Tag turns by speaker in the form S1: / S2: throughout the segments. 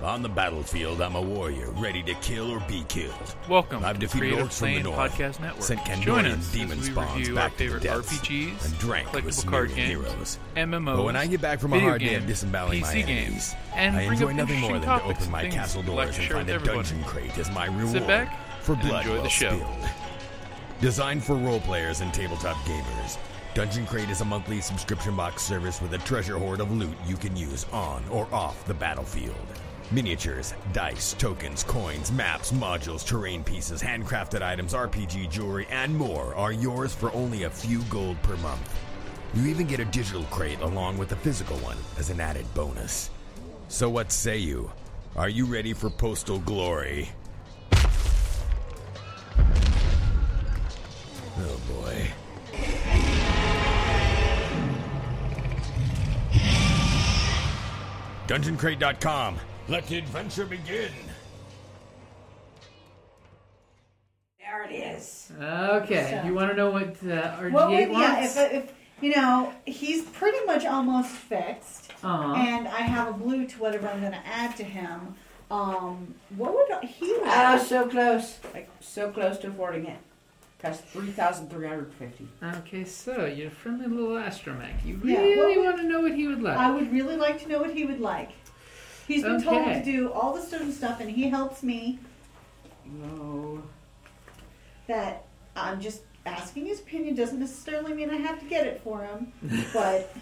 S1: On the battlefield, I'm a warrior, ready to kill or be killed.
S2: Welcome
S1: I've
S2: to the
S1: defeated
S2: Creative
S1: orcs from the
S2: Plane
S1: north,
S2: Podcast Network.
S1: sent
S2: Join
S1: Kandorian
S2: us as
S1: demon
S2: we
S1: spawns
S2: review
S1: back
S2: our
S1: to the
S2: favorite
S1: depths,
S2: RPGs,
S1: and drank with
S2: collectible card
S1: Sumerian
S2: games,
S1: heroes.
S2: MMOs,
S1: But when I get back from a
S2: video
S1: hard day of
S2: games,
S1: disemboweling
S2: PC
S1: my enemies,
S2: games, and
S1: I
S2: bring
S1: enjoy
S2: up
S1: nothing more than
S2: interesting
S1: to
S2: topics
S1: open
S2: and
S1: my
S2: things
S1: castle
S2: we'd
S1: doors
S2: like to
S1: and
S2: share
S1: find a
S2: with everybody.
S1: dungeon crate as my reward
S2: back
S1: for
S2: and
S1: blood
S2: enjoy the
S1: well
S2: show.
S1: spilled. Designed for role players and tabletop gamers, Dungeon Crate is a monthly subscription box service with a treasure hoard of loot you can use on or off the battlefield. Miniatures, dice, tokens, coins, maps, modules, terrain pieces, handcrafted items, RPG jewelry, and more are yours for only a few gold per month. You even get a digital crate along with a physical one as an added bonus. So, what say you? Are you ready for postal glory? Oh boy. DungeonCrate.com. Let the adventure begin.
S3: There it is.
S4: Okay, you want to know what uh, RG8
S3: What would, yeah,
S4: wants?
S3: if, if you know, he's pretty much almost fixed,
S4: Uh-huh.
S3: and I have a blue to whatever I'm going to add to him. Um, what would he
S5: Ah,
S3: like?
S5: so close. Like, so close to affording it. Cost 3350
S4: okay, so your friendly little astromech. You
S3: Yeah,
S4: really
S3: what would-
S4: want to know what he would like.
S3: I would really like to know what he would like. He's been told
S4: Okay.
S3: to do all the certain stuff, and he helps me.
S5: No.
S3: That I'm just asking his opinion doesn't necessarily mean I have to get it for him, but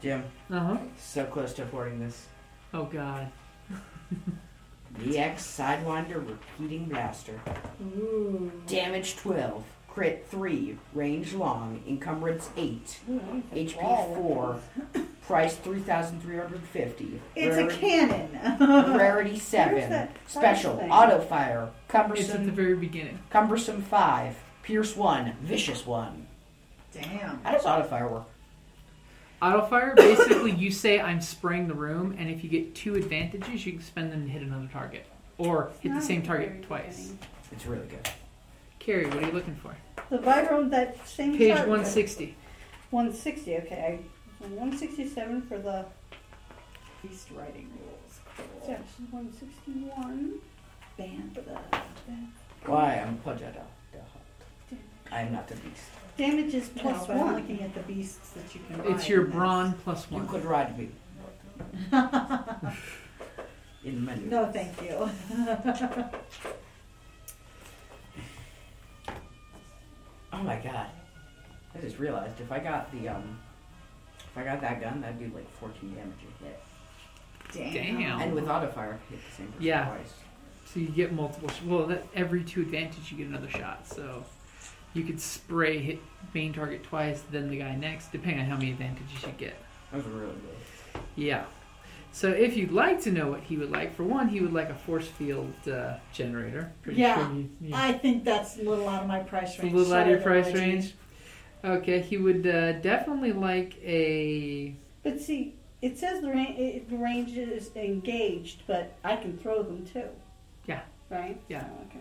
S5: Jim,
S4: Uh-huh.
S5: so close to affording this.
S4: Oh God.
S5: EX Sidewinder Repeating Blaster.
S3: ooh,
S5: Damage 12. Crit 3. Range long. Encumbrance 8. HP 4. Price 3350
S3: it's a
S5: Rarity-
S3: cannon.
S5: Rarity 7.
S3: that
S5: Special.
S3: fire thing?
S5: Auto fire.
S4: It's at the
S5: Cumbersome.
S4: very beginning.
S5: Cumbersome 5. Pierce 1. Vicious 1.
S3: Damn.
S5: How does auto fire work?
S4: Auto fire. Basically, you say I'm spraying the room, and if you get two advantages, you can spend them to hit another target or hit the same target twice.
S5: It's really good.
S4: Carrie, what are you looking for?
S3: The vibram that same
S4: Page
S3: chart.
S4: 160.
S3: 160, okay. 167 for the feast writing rules. It's actually 161. Ban for the
S5: Why I'm Pajada the Hut. I am not the beast.
S3: damage is
S6: plus
S3: no, but I'm
S6: one.
S3: looking at the beasts that you can ride.
S4: It's your
S3: in this.
S4: brawn plus
S5: You
S4: one.
S5: could ride me. In many.
S3: No, thank you.
S5: Oh my god. I just realized if I got the um if I got that gun, that'd do like 14 damage a hit.
S4: Damn.
S5: And with auto fire, hit the same person
S4: Yeah.
S5: twice.
S4: So you get multiple. Sh- well, that, every two advantage you get another shot. So you could spray hit main target twice, then the guy next, depending on how many advantages you get.
S5: That was really good.
S4: Yeah. So if you'd like to know what he would like, for one, he would like a force field uh, generator. Pretty
S3: Yeah,
S4: sure you, you-
S3: I think that's a little out of my price
S4: it's a
S3: range.
S4: little out
S3: Sorry,
S4: of your price
S3: Reggie.
S4: range. Okay, he would uh, definitely like a.
S6: But see, it says the, ra- it, the range is engaged, but I can throw them too.
S4: Yeah.
S6: Right?
S4: Yeah.
S6: Oh, okay.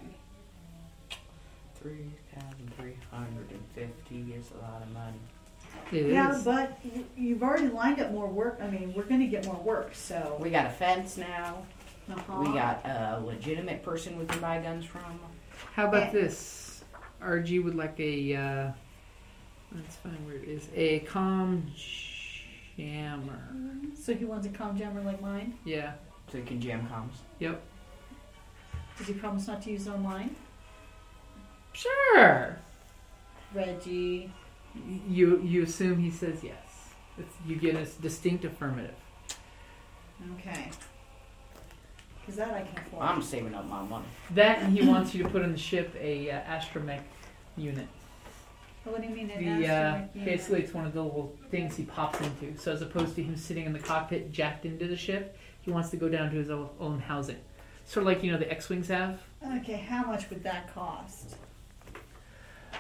S5: 3,350 is a lot of money.
S4: It
S3: Yeah,
S4: is-
S3: but y- you've already lined up more work. I mean, we're going to get more work, so.
S5: We got a fence now.
S3: Uh-huh.
S5: We got a legitimate person we can buy guns from.
S4: How about this? RG would like a. Uh, let's find where it is. A calm jammer.
S3: So he wants a comm jammer like mine.
S4: Yeah.
S5: So you can jam comms.
S4: Yep.
S3: Did he promise not to use it online?
S4: Sure.
S3: Reggie.
S4: You you assume he says yes. It's, you get a distinct affirmative.
S3: Okay. Because that I can afford.
S5: I'm saving up my money.
S4: That and he wants you to put on the ship a uh, astromech unit.
S3: Oh, what do you mean? an
S4: The uh,
S3: asteroid? Yeah.
S4: basically it's one of the little things he pops into. So as opposed to him sitting in the cockpit jacked into the ship, he wants to go down to his own, own housing. Sort of like you know the X-wings have.
S3: Okay, how much would that cost?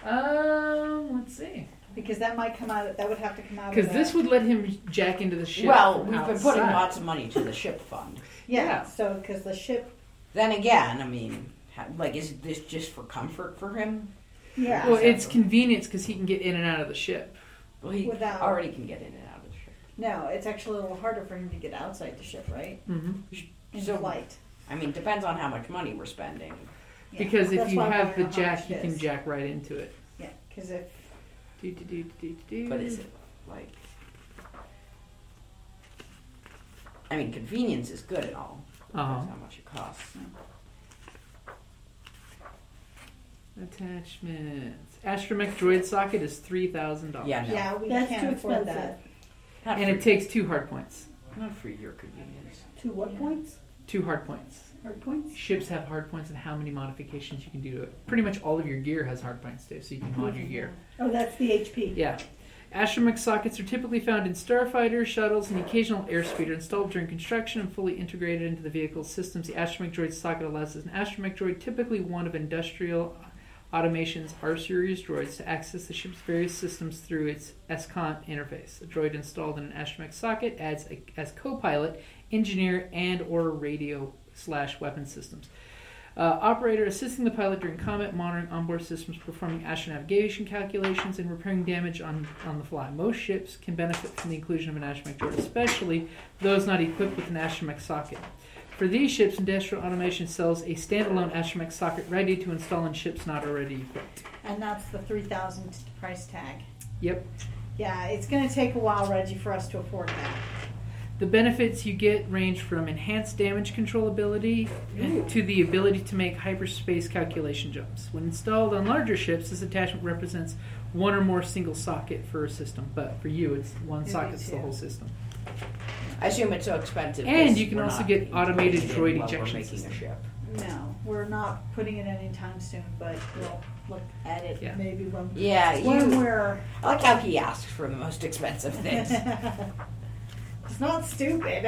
S4: Um, let's see.
S3: Because that might come out. That would have to come out. of
S4: Because
S3: the-
S4: this would let him jack into the ship.
S5: well,
S4: from
S5: we've been
S4: outside.
S5: putting lots of money to the ship fund.
S3: Yeah.
S4: yeah.
S3: So because the ship.
S5: Then again, I mean, ha- like, is this just for comfort for him?
S3: Yeah.
S4: Well, it's convenience because he can get in and out of the ship.
S5: Well, he
S3: Without-
S5: already can get in and out of the ship.
S3: No, it's actually a little harder for him to get outside the ship, right?
S4: Mm-hmm.
S3: In
S5: So-
S3: the light.
S5: I mean, depends on how much money we're spending.
S3: Yeah.
S4: Because if
S3: That's
S4: you
S3: why I'm
S4: have the
S3: wondering how
S4: jack,
S3: much
S4: you
S3: it
S4: can
S3: is.
S4: jack right into it.
S3: Yeah, because if
S4: Do, do, do, do, do, do.
S5: But is it like? I mean, convenience is good and all.
S4: Uh-huh.
S5: Depends how much it costs.
S4: Attachments. Astromech droid socket is three thousand dollars.
S5: Yeah, no,
S3: yeah, we
S7: That's
S3: can't
S7: too
S3: afford that.
S7: expensive.
S5: not
S4: And it
S5: for,
S4: takes two hard points.
S5: not for your convenience.
S7: Two what points?
S4: Two hard points.
S7: Or points?
S4: Ships have hard points and how many modifications you can do to it. Pretty much all of your gear has hard points too, so you can
S5: Mm-hmm.
S4: mod your gear.
S7: Oh, that's the HP.
S4: Yeah. Astromech sockets are typically found in starfighters, shuttles, and the occasional airspeeder installed during construction and fully integrated into the vehicle's systems. The astromech droid socket allows an astromech droid, typically one of industrial automation's R series droids, to access the ship's various systems through its SCOM interface. A droid installed in an astromech socket adds a, as co-pilot, engineer, and or radio slash weapon systems. Uh, operator assisting the pilot during combat, monitoring onboard systems, performing astronavigation calculations, and repairing damage on, on the fly. Most ships can benefit from the inclusion of an astromech droid, especially those not equipped with an astromech socket. For these ships, Industrial Automation sells a standalone astromech socket ready to install in ships not already equipped.
S3: And that's the three thousand price tag.
S4: Yep.
S3: Yeah, it's going to take a while, Reggie, for us to afford that.
S4: The benefits you get range from enhanced damage control ability and to the ability to make hyperspace calculation jumps. When installed on larger ships, this attachment represents one or more single socket for a system, but for you, it's one
S3: It'd be
S4: socket's the
S3: two.
S4: whole system.
S5: I assume it's so expensive.
S4: And
S5: 'cause
S4: you can
S5: we're
S4: also
S5: not
S4: get automated
S5: interested
S4: droid
S5: in what we're
S4: ejection
S5: making a
S4: system.
S5: ship.
S3: No, we're not putting it anytime soon, but we'll look at it
S4: Yeah.
S3: maybe when
S5: Yeah,
S3: when
S5: you-
S3: we're.
S5: I like how he asks for the most expensive things.
S3: it's not stupid.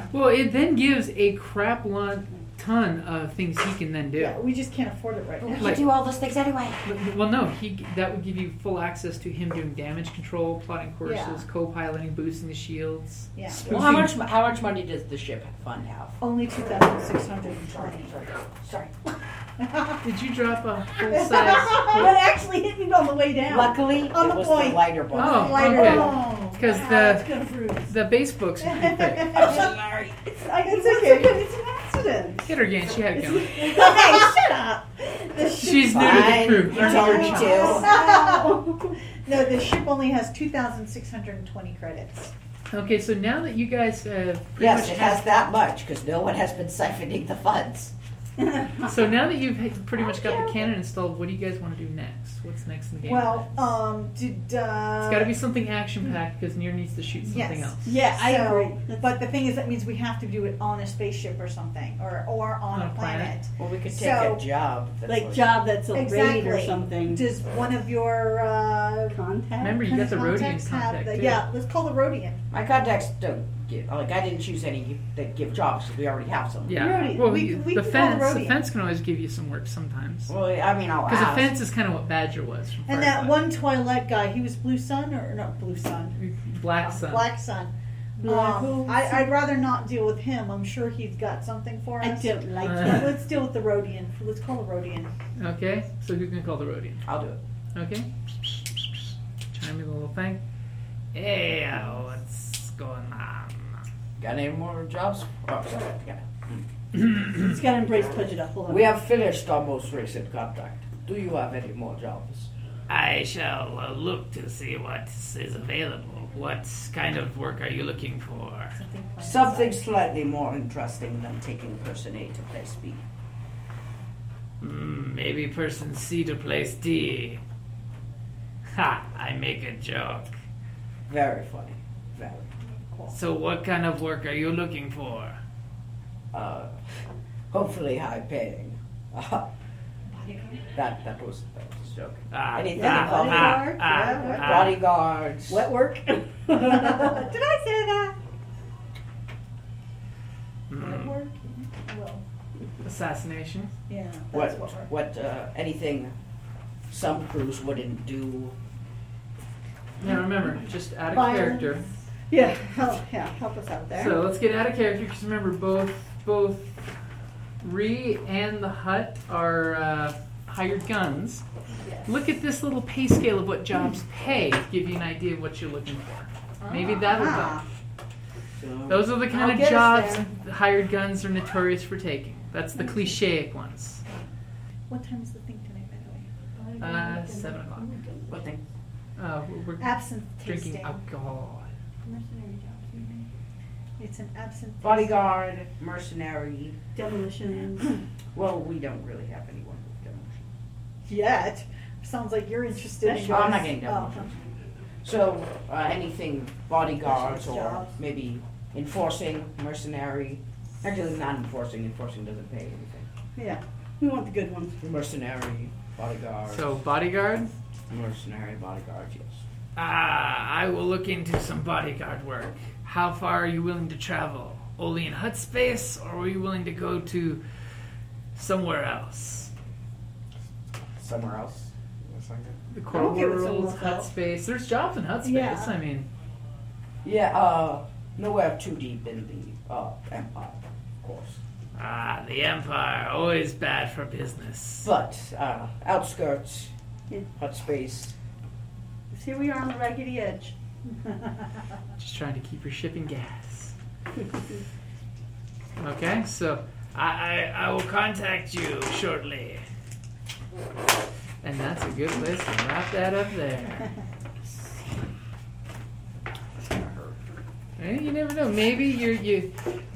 S4: Well, it then gives a crap lon- ton of things he can then do.
S3: yeah, we just can't afford it right now.
S4: Like-
S5: do all those things anyway.
S4: But- Well, no, he that would give you full access to him doing damage control, plotting courses,
S3: Yeah.
S4: co-piloting, boosting the shields.
S3: Yeah.
S5: Well, how much how much money does the ship fund have?
S3: Only two thousand six hundred and twenty.
S5: Sorry.
S4: Did you drop a full
S3: But
S4: size?
S3: Oh, actually hit me on the way down.
S5: Luckily,
S3: On
S5: it
S3: the
S5: was
S3: point.
S5: the lighter one.
S4: Oh,
S3: Lighter.
S4: okay.
S3: Oh,
S4: 'Cause
S3: wow,
S4: the-
S3: that's gonna bruise.
S4: The base books would be thick.
S5: I'm sorry.
S3: It's, I, it's, okay. it's, an accident.
S4: Hit her again. She had it going.
S3: hey, shut up. The ship-
S4: She's new to the
S5: Fine.
S4: crew.
S5: You told me to.
S3: no, the ship only has two thousand six hundred and twenty credits.
S4: Okay, so now that you guys have pretty
S5: Yes,
S4: much
S5: it has that much because no one has been siphoning the funds.
S4: so now that you've ha- pretty much got the cannon installed, what do you guys want to do next? What's next in the game?
S3: Well, um, did uh,
S4: it's got to be something action packed because Nier needs to shoot something
S3: yes.
S4: else.
S7: Yeah, I
S3: So-
S7: agree. That's-
S3: But the thing is, that means we have to do it on a spaceship or something, or or on, a planet.
S5: Well, we could take
S3: So-
S5: a job. That's
S7: like job that's a raid or
S3: Exactly.
S7: something.
S3: Does one of your uh,
S7: Contact?
S4: Remember, you got the Rodian
S3: contacts have
S4: contact.
S3: the-
S4: too.
S3: yeah, let's call the Rodian.
S5: My contacts don't give. Like I didn't choose any that give jobs 'cause we already have some.
S4: Yeah.
S3: Rodian.
S4: Well,
S3: We-
S4: you-
S3: we
S4: the
S3: can call
S4: fence.
S3: the
S4: the
S3: Rodian.
S4: fence can always give you some work sometimes.
S5: Well, I mean, I'll
S4: Because the
S5: ask.
S4: fence is kind of what Badger was. From
S3: And that
S4: Firefly.
S3: one Twilight guy, he was Blue Sun or not Blue Sun,
S4: black sun.
S3: Black Sun.
S7: Black
S3: Um,
S7: Hole
S3: I,
S7: Sun.
S3: I'd rather not deal with him. I'm sure he's got something for
S7: I
S3: us.
S7: don't like
S4: Uh.
S7: that.
S3: Let's deal with the Rodian. Let's call the Rodian.
S4: Okay, so who can call the Rodian?
S5: I'll do it.
S4: Okay. Chime in the little thing. Hey, uh, what's going on?
S5: Got any more jobs? Oh, sorry, yeah.
S7: It's got to embrace Pudgeta. Hold on.
S5: We have finished our most recent contract. Do you have any more jobs?
S8: I shall uh, look to see what is available. What kind of work are you looking for?
S5: Something slightly more interesting than taking person A to place B.
S8: Hmm, maybe person C to place D. Ha! I make a joke.
S5: Very funny. Very.
S8: So, what kind of work are you looking for?
S5: Uh, hopefully high paying. that that was that was a joke.
S8: Ah,
S5: Anything
S8: ah,
S5: about
S8: ah,
S7: work?
S8: ah,
S7: Yeah, what-
S8: ah.
S5: Bodyguards.
S7: Wet work?
S3: Did I say that?
S8: Hmm,
S3: Work? Well,
S4: Assassination.
S3: yeah, that's
S5: What
S3: what, we're.
S5: what uh, anything some crews wouldn't do.
S4: Now remember, just out of
S3: Violence.
S4: character.
S3: Yeah, help, yeah, help us out there.
S4: So let's get out of character because remember, both both Ree and the Hut are uh, hired guns.
S3: Yes.
S4: Look at this little pay scale of what jobs pay. to Give you an idea of what you're looking for. Maybe that'll
S3: Ah.
S4: help.
S5: So,
S4: Those are the kind
S3: I'll
S4: of
S3: get us
S4: jobs
S3: there.
S4: the hired guns are notorious for taking. That's the cliche ones.
S3: What time is the thing tonight, by the way?
S4: Uh, seven o'clock.
S5: what thing?
S4: Uh, we're
S3: Absinthe tasting.
S4: drinking alcohol.
S3: Mercenary jobs, maybe. It's an absinthe.
S5: Bodyguard, mercenary.
S7: Demolition.
S5: Well, we don't really have anyone with demolition.
S3: tasting. Yet. Sounds like you're interested in
S5: Oh, I'm
S3: this.
S5: not getting demolition.
S3: Oh,
S5: So, uh, anything bodyguards or
S3: Jobs.
S5: maybe enforcing, mercenary. Actually, not enforcing. Enforcing doesn't pay anything.
S3: yeah. We want the good ones.
S5: Mercenary, bodyguard.
S4: So bodyguard.
S5: mercenary, bodyguard. Yes.
S9: Ah, I will look into some bodyguard work. How far are you willing to travel? Only in hut space, or are you willing to go to somewhere else?
S5: Somewhere else.
S4: The core
S3: Okay, with
S4: world,
S3: someone's
S4: hut
S3: help.
S4: space. There's jobs in hut space.
S3: Yeah.
S4: I mean,
S5: Yeah. Uh, nowhere too deep in the uh, empire, of course.
S9: Ah, the Empire, always bad for business.
S5: But uh, outskirts,
S3: Yeah.
S5: hot space.
S3: See, we are on the raggedy edge.
S4: just trying to keep your ship in gas. Okay, so
S9: I, I, I will contact you shortly.
S4: and that's a good place to wrap that up there. Eh, you never know. Maybe your your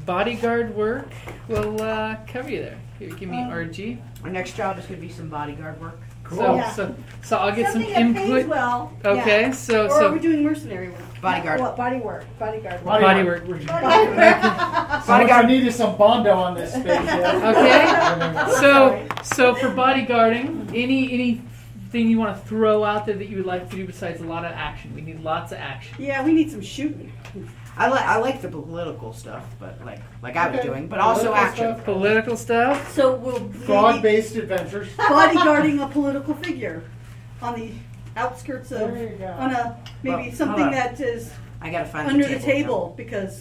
S4: bodyguard work will uh, cover you there. Here, give me
S3: Um,
S4: RG.
S5: Our next job is going to be some bodyguard work.
S4: So,
S3: Yeah.
S4: so so I'll get
S3: Something
S4: some
S3: that
S4: input.
S3: pays well.
S4: Okay,
S3: Yeah.
S4: so
S3: Or are
S4: so
S3: we doing mercenary work?
S5: Bodyguard.
S3: What? Body work. Bodyguard work.
S4: body work.
S10: So what
S5: Bodyguard.
S10: you need is some bondo on this thing.
S4: Okay. So so for bodyguarding, any any thing you want to throw out there that you would like to do besides a lot of action. We need lots of action.
S3: Yeah, we need some shooting.
S5: I like I like the political stuff, but like like I was
S10: Okay.
S5: doing, but also
S10: Political
S5: action.
S10: stuff.
S4: Political stuff.
S3: So we'll be
S10: Frog-based adventures.
S3: bodyguarding a political figure on the outskirts of,
S10: There you go.
S3: on a, maybe
S5: Well,
S3: something
S5: hold on.
S3: that is
S5: I gotta find
S3: under
S5: the
S3: the
S5: table.
S3: table because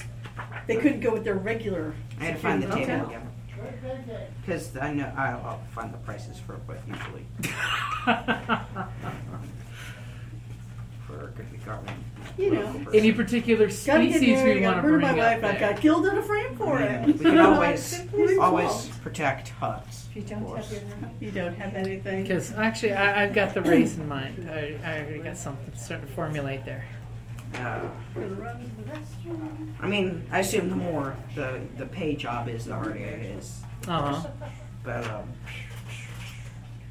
S3: they couldn't go with their regular.
S5: I gotta find the
S3: Okay.
S5: table again. Because I know I'll, I'll find the prices for what usually for the garment.
S3: You know.
S4: Any particular
S3: Gotta get
S4: species
S3: married,
S4: we
S3: gotta
S4: want to
S3: murder
S4: bring
S3: my
S4: up
S3: wife, I've
S4: there.
S3: got killed in a frame for it.
S5: We can always
S3: Simply
S5: always
S3: false.
S5: protect huts.
S7: If you
S5: of
S7: don't have
S5: course.
S7: your room.
S3: You don't have anything.
S4: Because actually, I, I've got the race in mind. I, I already got something starting to formulate there.
S5: Uh,
S3: Run to the restroom.
S5: I mean, I assume the more the the pay job is, the harder it is.
S4: Uh huh.
S5: But um,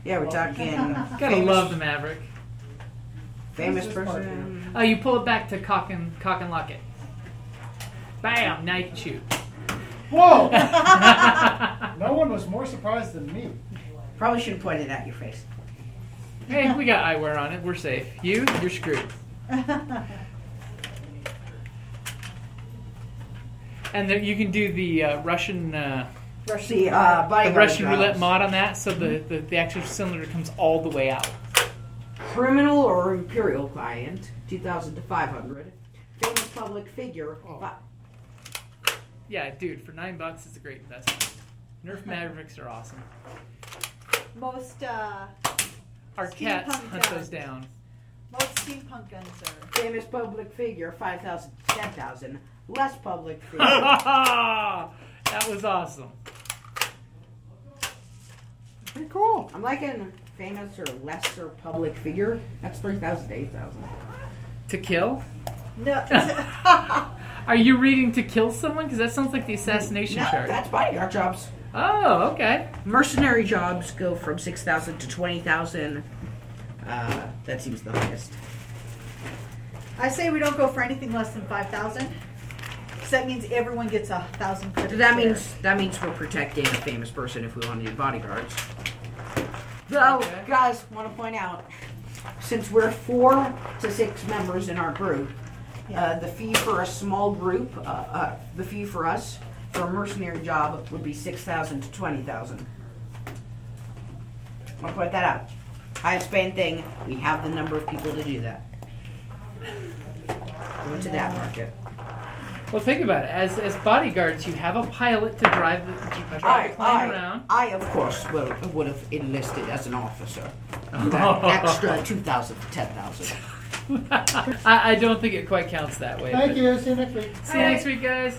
S5: yeah, we're talking
S4: Gotta
S5: famous,
S4: love the Maverick.
S5: famous
S10: Who's this part
S5: person.
S4: Oh, you pull it back to cock and cock and lock it. Bam! Now you can shoot.
S10: Whoa! no one was more surprised than me.
S5: Probably should have pointed at your face.
S4: Hey, we got eyewear on it. We're safe. You, you're screwed. and there, you can do the uh, Russian, uh,
S5: The uh,
S4: the
S5: bodyguard
S4: Russian
S5: jobs. Mm-hmm.
S4: roulette mod on that, so the, the, the actual cylinder comes all the way out.
S5: Criminal or imperial client, two thousand to five hundred. Famous public figure. fi-
S4: Yeah, dude, for nine bucks, it's a great investment. Nerf Mavericks are awesome.
S3: Most, uh,
S4: Our
S3: Skinny
S4: cats
S3: punk
S4: hunt
S3: guns.
S4: those down.
S3: most steampunk guns are.
S5: Famous public figure, five thousand to ten thousand. Less public figure.
S4: that was awesome.
S5: Pretty cool. I'm liking famous or lesser public figure. That's three thousand to eight thousand.
S4: To kill?
S3: No,
S4: Are you reading to kill someone? Because that sounds like the assassination
S5: No,
S4: chart.
S5: that's bodyguard jobs.
S4: Oh, okay.
S5: Mercenary jobs go from six thousand to twenty thousand. Uh, that seems the highest.
S3: I say we don't go for anything less than five thousand. Cause that means everyone gets a thousand credits.
S5: So that
S3: there.
S5: means that means we're protecting a famous person if we want to do bodyguards. Though,
S4: Okay.
S5: guys, want to point out, since we're four to six members in our group, uh, the fee for a small group, uh, uh, the fee for us for a mercenary job would be six thousand to twenty thousand. I'll point that out. Highest paying thing, we have the number of people to do that. Go into that market.
S4: Well, think about it. As as bodyguards, you have a pilot to drive the, drive the plane around.
S5: I, of course, will, would have enlisted as an officer. That extra 2,000 to 10,000.
S4: I, I don't think it quite counts that way.
S10: Thank
S4: but-
S10: you. See you next week.
S4: See you next week, guys.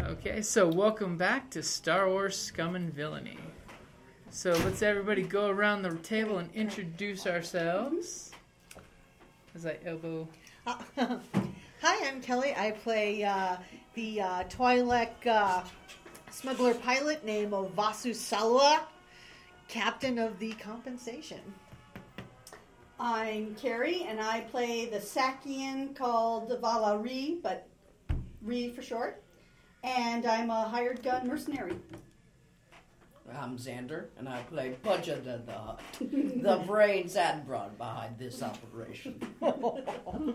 S4: Okay, so welcome back to Star Wars Scum and Villainy. So let's everybody go around the table and introduce ourselves. As I elbow.
S11: Uh, Hi, I'm Kelly. I play uh, the uh, Twi'lek uh, smuggler pilot named Ovasu Salwa, captain of the compensation.
S7: I'm Carrie, and I play the Sakian called Valerie, but Ree for short. And I'm a hired gun mercenary.
S5: I'm Xander, and I play Budget of the Hut, the brains and brawn behind this operation.
S10: Um,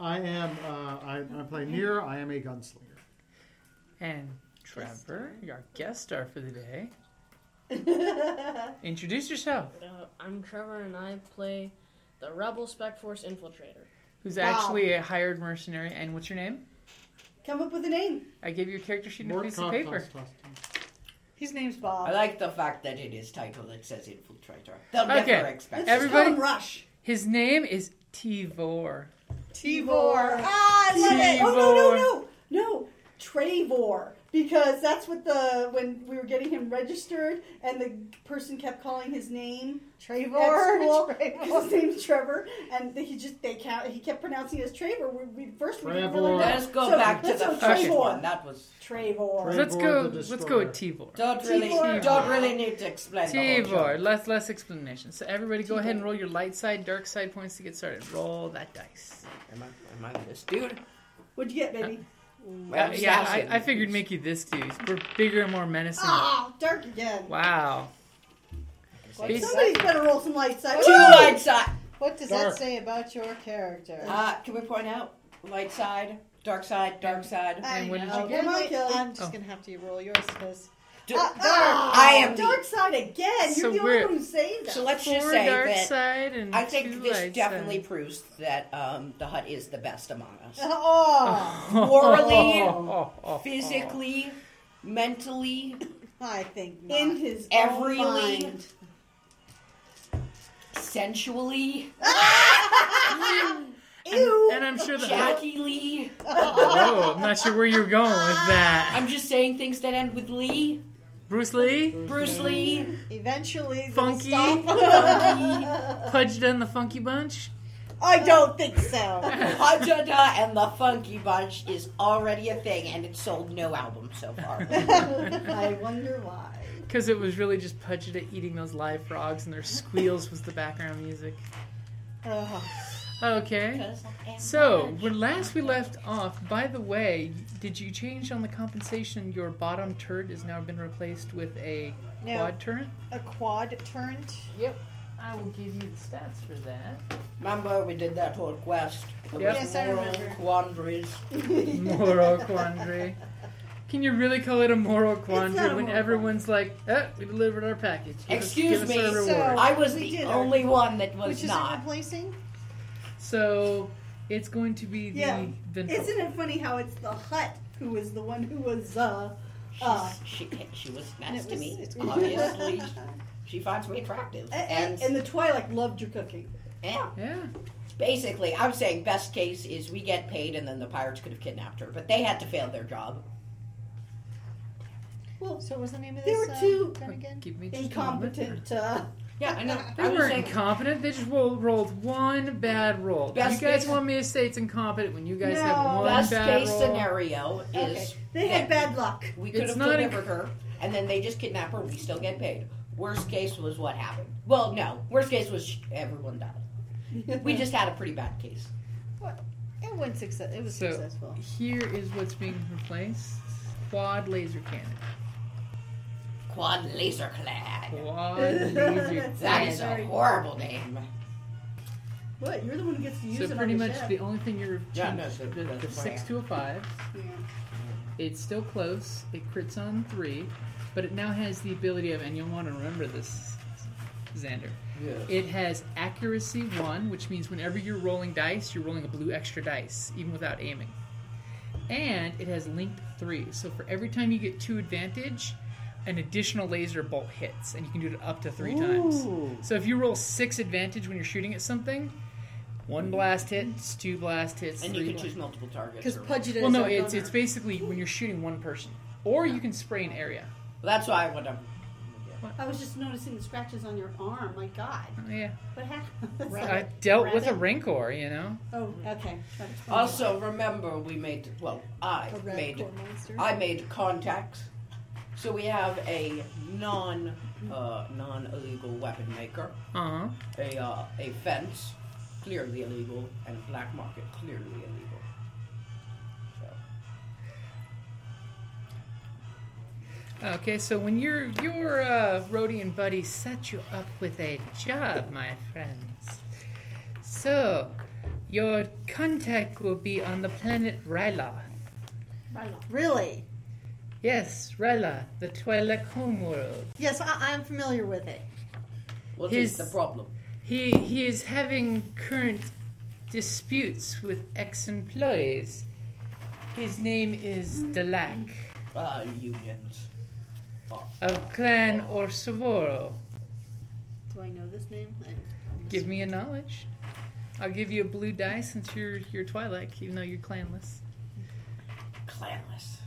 S10: I am. Uh, I, I play Nira. I am a gunslinger.
S4: And Trevor, you're our guest star for the day. Introduce yourself.
S12: Uh, I'm Trevor, and I play the Rebel Spec Force Infiltrator.
S4: Who's actually a hired mercenary. And what's your name?
S7: Come up with a name.
S4: I gave you a character sheet and a
S10: Mort
S4: piece
S10: Koch
S4: of paper.
S10: Toss Toss Toss.
S7: His name's Bob.
S5: I like the fact that in his title it says infiltrator. They'll never
S4: Okay,
S5: expect
S7: Let's just call
S4: everybody-
S7: him Rush.
S4: His name is Tivor.
S7: Tivor. Ah, I love it. Oh no, no, no, no. Trevor, because that's what the when we were getting him registered, and the person kept calling his name
S11: Trevor.
S7: at school, 'cause his name's Trevor, and they- he just they count, he kept pronouncing it as Trevor. We, we first we didn't really
S10: Trevor.
S7: know.
S5: Let's go
S7: So,
S5: back to
S7: let's
S5: the
S7: go
S5: first
S7: Trevor.
S5: one. That was
S7: Trevor.
S10: Trevor
S4: Let's go.
S10: the
S4: Let's go with
S10: Destroyer.
S4: Tivor.
S5: don't really
S7: Tivor.
S5: don't really need to explain. The whole
S4: Tivor,
S5: joke.
S4: less less explanation. So everybody, go ahead and roll your light side, dark side points to get started. Roll that dice.
S5: Am I, am I this dude?
S7: What'd you get, baby?
S5: Well,
S4: Uh, yeah,
S5: assassin.
S4: I, I figured make you this dude. We're bigger and more menacing.
S7: Ah, dark again.
S4: Wow. Bas-
S7: Somebody's better roll some light side.
S5: Two light side.
S11: What does
S10: Dark.
S11: that say about your character?
S5: Uh, can we point out light side, dark side, dark side?
S11: I
S4: And what did
S11: know.
S4: you get?
S11: Wait, wait,
S7: Kelly.
S11: I'm just
S4: Oh.
S11: gonna have to roll yours because
S5: D-
S7: I
S5: I
S11: Oh,
S5: am the-
S7: dark side again.
S4: So
S7: You're the
S4: we're-
S7: only one who saved us.
S5: So let's just
S4: Four
S5: say
S4: dark
S5: that
S4: side and
S5: I
S4: two
S5: think this
S4: light
S5: definitely
S4: side.
S5: proves that um, the hut is the best among us.
S11: oh,
S5: Morally,
S4: Oh, oh, oh.
S5: physically, mentally,
S11: I think not.
S7: in his
S5: Every
S7: own
S5: lead.
S7: mind.
S5: sensually,
S4: And I'm sure the hut.
S5: Jackie Lee.
S4: Oh, I'm not sure where you're going with that.
S5: I'm just saying things that end with Lee.
S4: Bruce Lee,
S5: Bruce Lee.
S11: Eventually, it'll
S4: funky,
S11: stop.
S5: Lee.
S4: Pudge and the Funky Bunch.
S11: I don't think so.
S5: Hajada and the Funky Bunch is already a thing, and it sold no album so far.
S7: Oh, I wonder why.
S4: Because it was really just Pudgeta eating those live frogs, and their squeals was the background music.
S11: Ugh.
S4: Okay. So, when last we left off, by the way, did you change on the compensation? Your bottom turret has now been replaced with a
S11: No.
S4: quad turret?
S11: a quad turned.
S4: Yep. I will give you the stats for that.
S5: Remember, we did that whole quest. It was
S4: Yep. Yes,
S11: I
S5: moral
S11: remember.
S5: Quandaries.
S4: Moral quandary. Can you really call it a moral quandary
S11: not a
S4: when
S11: moral
S4: everyone's like, "Eh, we delivered our package. Give us-
S5: Excuse
S4: give
S5: me,
S4: us our
S11: so-
S4: reward.
S5: I was
S11: We
S5: the
S11: did our-
S5: only one that
S11: Which
S5: was
S11: is it
S5: not.
S11: replacing?
S4: So, it's going to be the
S7: Yeah.
S4: vent-
S7: Isn't it funny how it's the hut who is the one who was uh uh
S4: Ah.
S5: She's- She, she was
S11: it
S5: nice to
S11: was-
S5: me.
S11: it's-
S5: Obviously, she finds me attractive.
S7: and,
S5: And,
S7: and the Twilight loved your cooking.
S5: yeah,
S4: Yeah.
S5: basically, I'm saying best case is we get paid, and then the pirates could have kidnapped her, but they had to fail their job.
S11: So what was the name of
S7: There
S11: this?
S7: were two
S11: uh, gun again?
S4: Give me just a moment.
S7: Incompetent uh
S5: Yeah, I know.
S4: They
S5: I'm just
S4: weren't
S5: saying-
S4: incompetent. They just roll, rolled one bad roll.
S5: Best
S4: you guys
S5: case-
S4: want me to say it's incompetent when you guys
S5: No.
S4: have one
S5: Best
S4: bad
S5: case
S4: roll?
S5: scenario is
S3: Okay.
S5: they had bad luck. We could
S4: It's
S5: have
S4: not
S5: kidnapped her, and then they just kidnap her. We still get paid. Worst case was what happened. Well, no. Worst case was sh- everyone died. we just had a pretty bad case.
S3: It went success. It was
S4: So
S3: successful.
S4: here is what's being replaced: quad laser cannon.
S5: Quad laser clad.
S4: Quad laser.
S5: that is a
S4: cannon.
S5: horrible name.
S7: What? You're the one who gets to use
S4: So
S7: it.
S4: pretty
S7: on
S4: much
S7: the,
S4: the only thing you're
S5: Yeah,
S4: changed-
S5: no, so
S4: the, the
S5: that's
S4: six
S5: fine.
S4: to a five. It's still close. It crits on three, but it now has the ability of, and you'll want to remember this, Xander.
S5: Yes.
S4: It has accuracy one, which means whenever you're rolling dice, you're rolling a blue extra dice, even without aiming. And it has linked three, so for every time you get two advantage, an additional laser bolt hits, and you can do it up to three
S5: Ooh.
S4: times. So if you roll six advantage when you're shooting at something, one blast hits, two blast hits,
S5: And
S4: three
S5: you can
S4: bla-
S5: choose multiple targets. or whatever.
S4: well, no, it's it's basically when you're shooting one person, or you can spray an area.
S5: That's why I went up.
S7: I was just noticing the scratches on your arm. My God.
S4: Oh, Yeah,
S7: What happened?
S4: I dealt with a rancor, you know.
S7: Oh, okay. That explains it.
S5: Also, remember we made well. I
S7: A red
S5: made
S7: core monster.
S5: I made contacts, so we have a non uh, non illegal weapon maker,
S4: Uh huh.
S5: a uh, a fence, clearly illegal, and black market, clearly illegal. So
S4: Okay, so when your your uh, Rhodian buddy set you up with a job, my friends. So, your contact will be on the planet Ryla.
S3: Really?
S4: Yes, Ryla, the Twi'lek homeworld.
S3: Yes, I, I'm familiar with it.
S5: what
S4: His-
S5: is the problem?
S4: He he is having current disputes with ex-employees. His name is Delac
S5: Uh, unions. Ah.
S4: of Clan Orsovoro.
S3: Do I know this name? I-
S4: Give me a knowledge. I'll give you a blue die since you're you're Twi'lek, even though you're clanless.
S5: Clanless.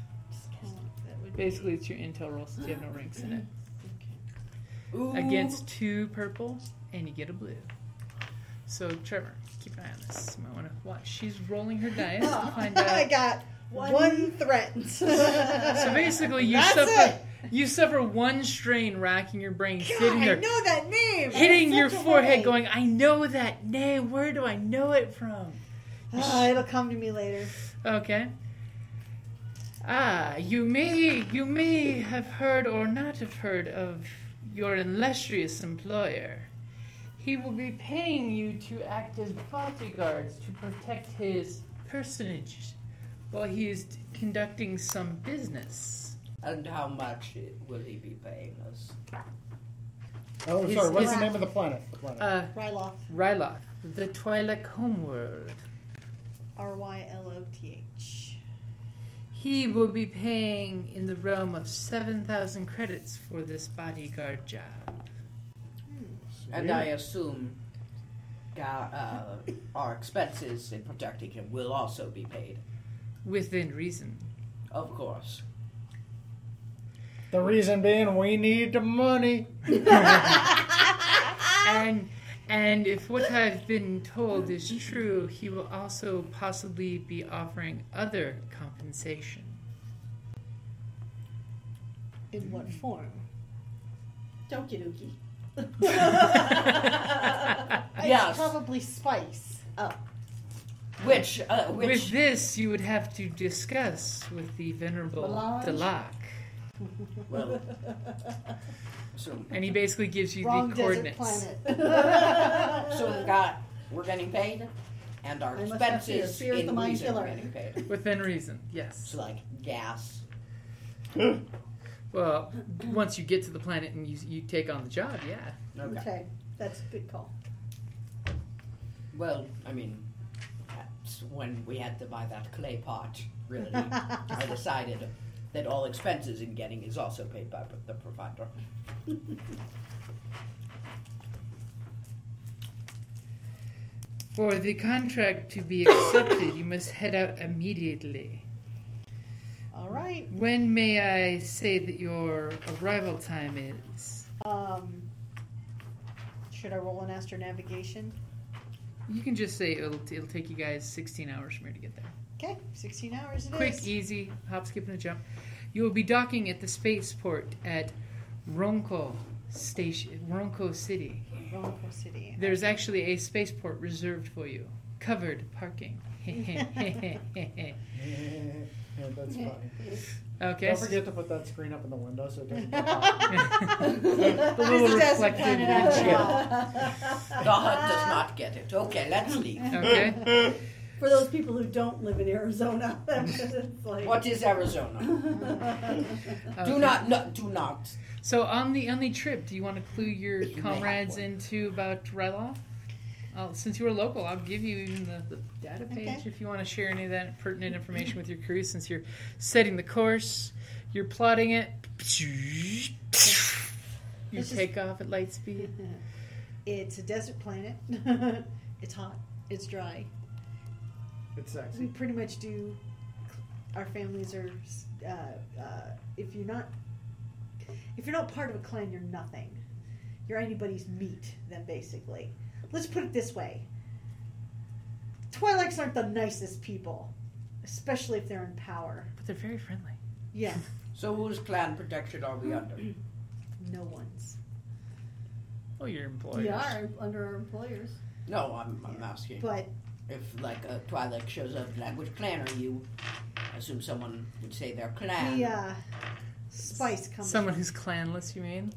S3: that would be-
S4: Basically, it's your intel roll since you have no ranks in it.
S5: Ooh.
S4: Against two purple, and you get a blue. So Trevor, keep an eye on this. You might want to watch. She's rolling her dice to find
S3: I
S4: out.
S3: got one,
S7: Ah, One-
S3: threat.
S4: So basically, you
S3: That's
S4: suffer you suffer one strain racking your brain, sitting
S3: I
S4: there
S3: know that name.
S4: hitting
S3: It's
S4: your
S3: such a
S4: forehead,
S3: headache.
S4: going, "I know that name. Where do I know it from?"
S3: Ah, it'll come to me later.
S4: Okay. Ah, you may you may have heard or not have heard of your illustrious employer. He will be paying you to act as bodyguards to protect his personage while he is conducting some business.
S5: And how much will he be paying us?
S10: Oh,
S4: He's-
S10: sorry. What's the
S4: he's-
S10: name of the planet? The planet.
S4: Uh,
S3: Ryloth.
S4: Ryloth, the Twi'lek homeworld.
S3: R Y L O T H.
S4: He will be paying in the realm of 7,000 credits for this bodyguard job.
S5: And I assume our, uh, our expenses in protecting him will also be paid.
S4: Within reason.
S5: Of course.
S10: the reason being, we need the money.
S4: And and if what I've been told is true, he will also possibly be offering other compensation.
S3: In what
S4: Mm.
S3: form?
S7: Don't get ookie.
S5: Yes.
S3: It's probably spice. Oh,
S5: Which, uh, which,
S4: With this, you would have to discuss with the venerable
S7: Melange?
S4: Delac.
S5: well, so,
S4: And he basically gives you
S3: wrong
S4: the
S3: desert
S4: coordinates.
S3: planet.
S5: so we've got, we're getting paid, and our
S7: I must have
S5: expenses
S7: fear. Fear is
S5: in
S7: the mind
S5: reason are
S7: killer.
S5: getting paid.
S4: Within reason, yes.
S5: It's like gas.
S4: Well, once you get to the planet and you, you take on the job, yeah.
S5: Okay.
S7: Okay, that's a good call.
S5: Well, I mean, that's when we had to buy that clay pot, really, I decided that all expenses in getting is also paid by the provider.
S4: For the contract to be accepted, you must head out immediately.
S3: All right.
S4: When may I say that your arrival time is?
S3: Um, Should I roll an astro navigation?
S4: You can just say it'll, it'll take you guys 16 hours from here to get there.
S3: Okay, 16 hours it is.
S4: Quick, easy, hop, skip, and a jump. You will be docking at the spaceport at Ronco Station, Ronco City.
S3: Ronco City.
S4: There's actually a spaceport reserved for you, covered parking.
S10: Yeah, that's funny.
S4: Okay.
S10: Don't forget to put that screen up in the window so it doesn't. get
S4: The
S10: hot.
S4: little reflective
S5: The hut does not get it. Okay, let's leave.
S4: Okay.
S7: For those people who don't live in Arizona, it's like-
S5: What is Arizona? Do not, no, do not.
S4: So on the on the trip, do you want to clue your
S5: have
S4: comrades into about Ryloff? I'll, since you were local, I'll give you even the, the data page
S3: Okay.
S4: if you want to share any of that pertinent information with your crew. Since you're setting the course, you're plotting it. You
S3: It's just-
S4: take off at light speed.
S3: It's a desert planet. it's hot. It's dry.
S10: It's
S3: We
S10: sexy.
S3: pretty much do. Our families are. Uh, uh, if you're not, if you're not part of a clan, you're nothing. You're anybody's meat. Then basically, let's put it this way. Twi'leks aren't the nicest people, especially if they're in power.
S4: But they're very friendly.
S3: Yeah,
S5: So whose clan protection are we under?
S3: no one's.
S4: Oh, your employers.
S7: we are under our employers.
S5: No, I'm, I'm asking.
S3: But
S5: if like a Twilight shows up, like which clan are you? I assume someone would say their clan.
S3: the uh, spice comes.
S4: Someone who's clanless, you mean?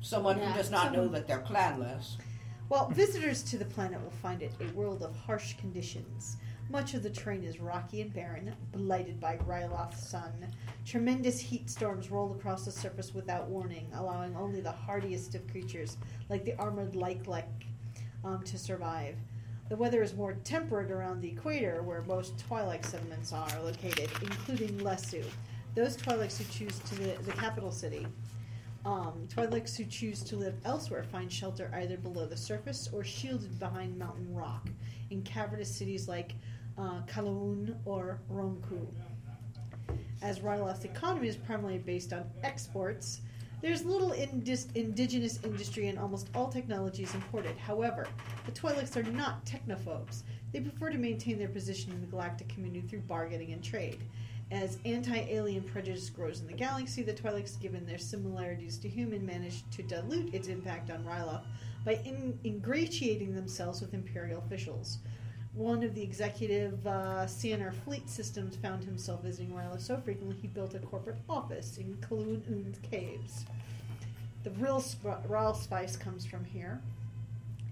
S5: Someone
S3: Yeah,
S5: who does not know
S3: someone-
S5: that they're clanless.
S3: Well, visitors to the planet will find it a world of harsh conditions. Much of the terrain is rocky and barren, blighted by Ryloth's sun. Tremendous heat storms roll across the surface without warning, allowing only the hardiest of creatures, like the armored Lyklek, um, to survive. The weather is more temperate around the equator, where most Twilight settlements are located, including Lesu. Those Twilights who choose to the, the capital city. Um, Twi'leks who choose to live elsewhere find shelter either below the surface or shielded behind mountain rock in cavernous cities like uh, Kalaun or Ronku. As Ryloth's economy is primarily based on exports, there's little indis- indigenous industry and almost all technology is imported. However, the Twi'leks are not technophobes. They prefer to maintain their position in the galactic community through bargaining and trade. As anti-alien prejudice grows in the galaxy, the Twi'leks, given their similarities to human, manage to dilute its impact on Ryloth by in- ingratiating themselves with Imperial officials. One of the executive uh, CNR fleet systems found himself visiting Ryloth so frequently he built a corporate office in Kaloon Un's caves. The real sp- raw spice comes from here.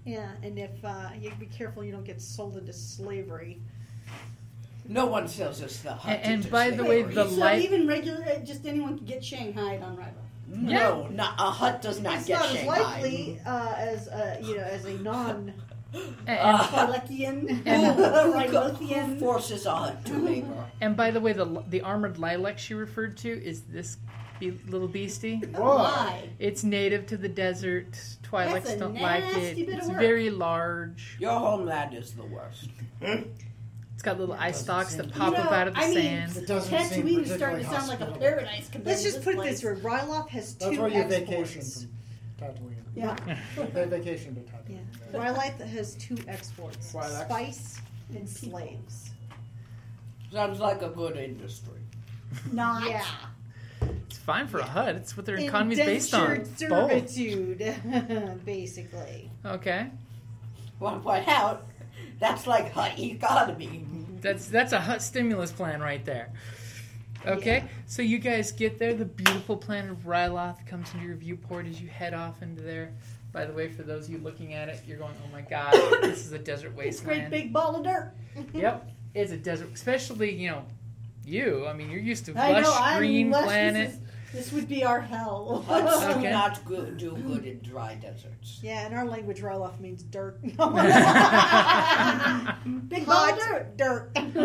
S3: Yeah, and if uh, you be careful, you don't get sold into slavery.
S5: No one sells us the hut.
S4: And- and
S5: into
S4: by the way,
S5: slavery.
S4: the
S7: so
S4: light-
S7: even regular, just anyone can get shanghaied on Rival.
S5: no, not, a hut does not
S3: It's
S5: get
S3: not as
S5: Shanghai.
S3: likely uh, as a, you know as a non.
S4: And,
S7: Twi'lekian,
S5: Who, who, co- who
S7: Rylothian.
S5: forces a hut to labor?
S4: and by the way, the the armored lilac she referred to is this be- little beastie.
S7: Why?
S4: It's native to the desert.
S7: That's
S4: Twi'leks
S7: a
S4: don't like it.
S7: nasty bit of
S4: It's
S7: work.
S4: very large.
S5: Your homeland is the worst.
S4: It's got little eye stalks that
S10: seem-
S4: pop
S7: You
S4: up
S7: know,
S4: out of the
S7: I mean,
S4: sand.
S10: It doesn't seem
S7: Tatooine is starting
S10: particularly
S7: to sound like a
S10: hospitable.
S7: paradise compared
S3: Let's
S7: to
S3: just put it
S7: place.
S3: this way: Ryloth has
S10: That's
S3: two
S10: where you vacation
S3: exports.
S10: from Tatooine.
S7: Yeah.
S10: They vacation to
S3: Yeah.
S10: Tatooine.
S3: Ryloth has two exports:
S10: Rylax.
S3: spice and slaves.
S5: Sounds like a good industry.
S7: Not.
S3: Yeah,
S4: It's fine for a hut. It's what their economy's based on.
S3: Indentured
S4: Both.
S3: servitude, basically.
S4: Okay,
S5: One point out, that's like hut economy.
S4: that's that's a hut stimulus plan right there. Okay, so you guys get there. The beautiful planet of Ryloth comes into your viewport as you head off into there. By the way, for those of you looking at it, you're going, "Oh my God, this is a desert
S7: This great
S4: wasteland."
S7: big ball of dirt.
S4: Yep, it's a desert, especially you know, you. I mean, you're used to
S7: I
S4: lush
S7: know, I'm
S4: green
S7: lush. This
S4: planet.
S7: is- This would be our hell.
S5: Huts
S4: Okay.
S5: do not good, do good in dry deserts.
S3: Yeah, in our language, Ryloth means dirt. Oh
S7: Big ball of dirt.
S3: Hot dirt.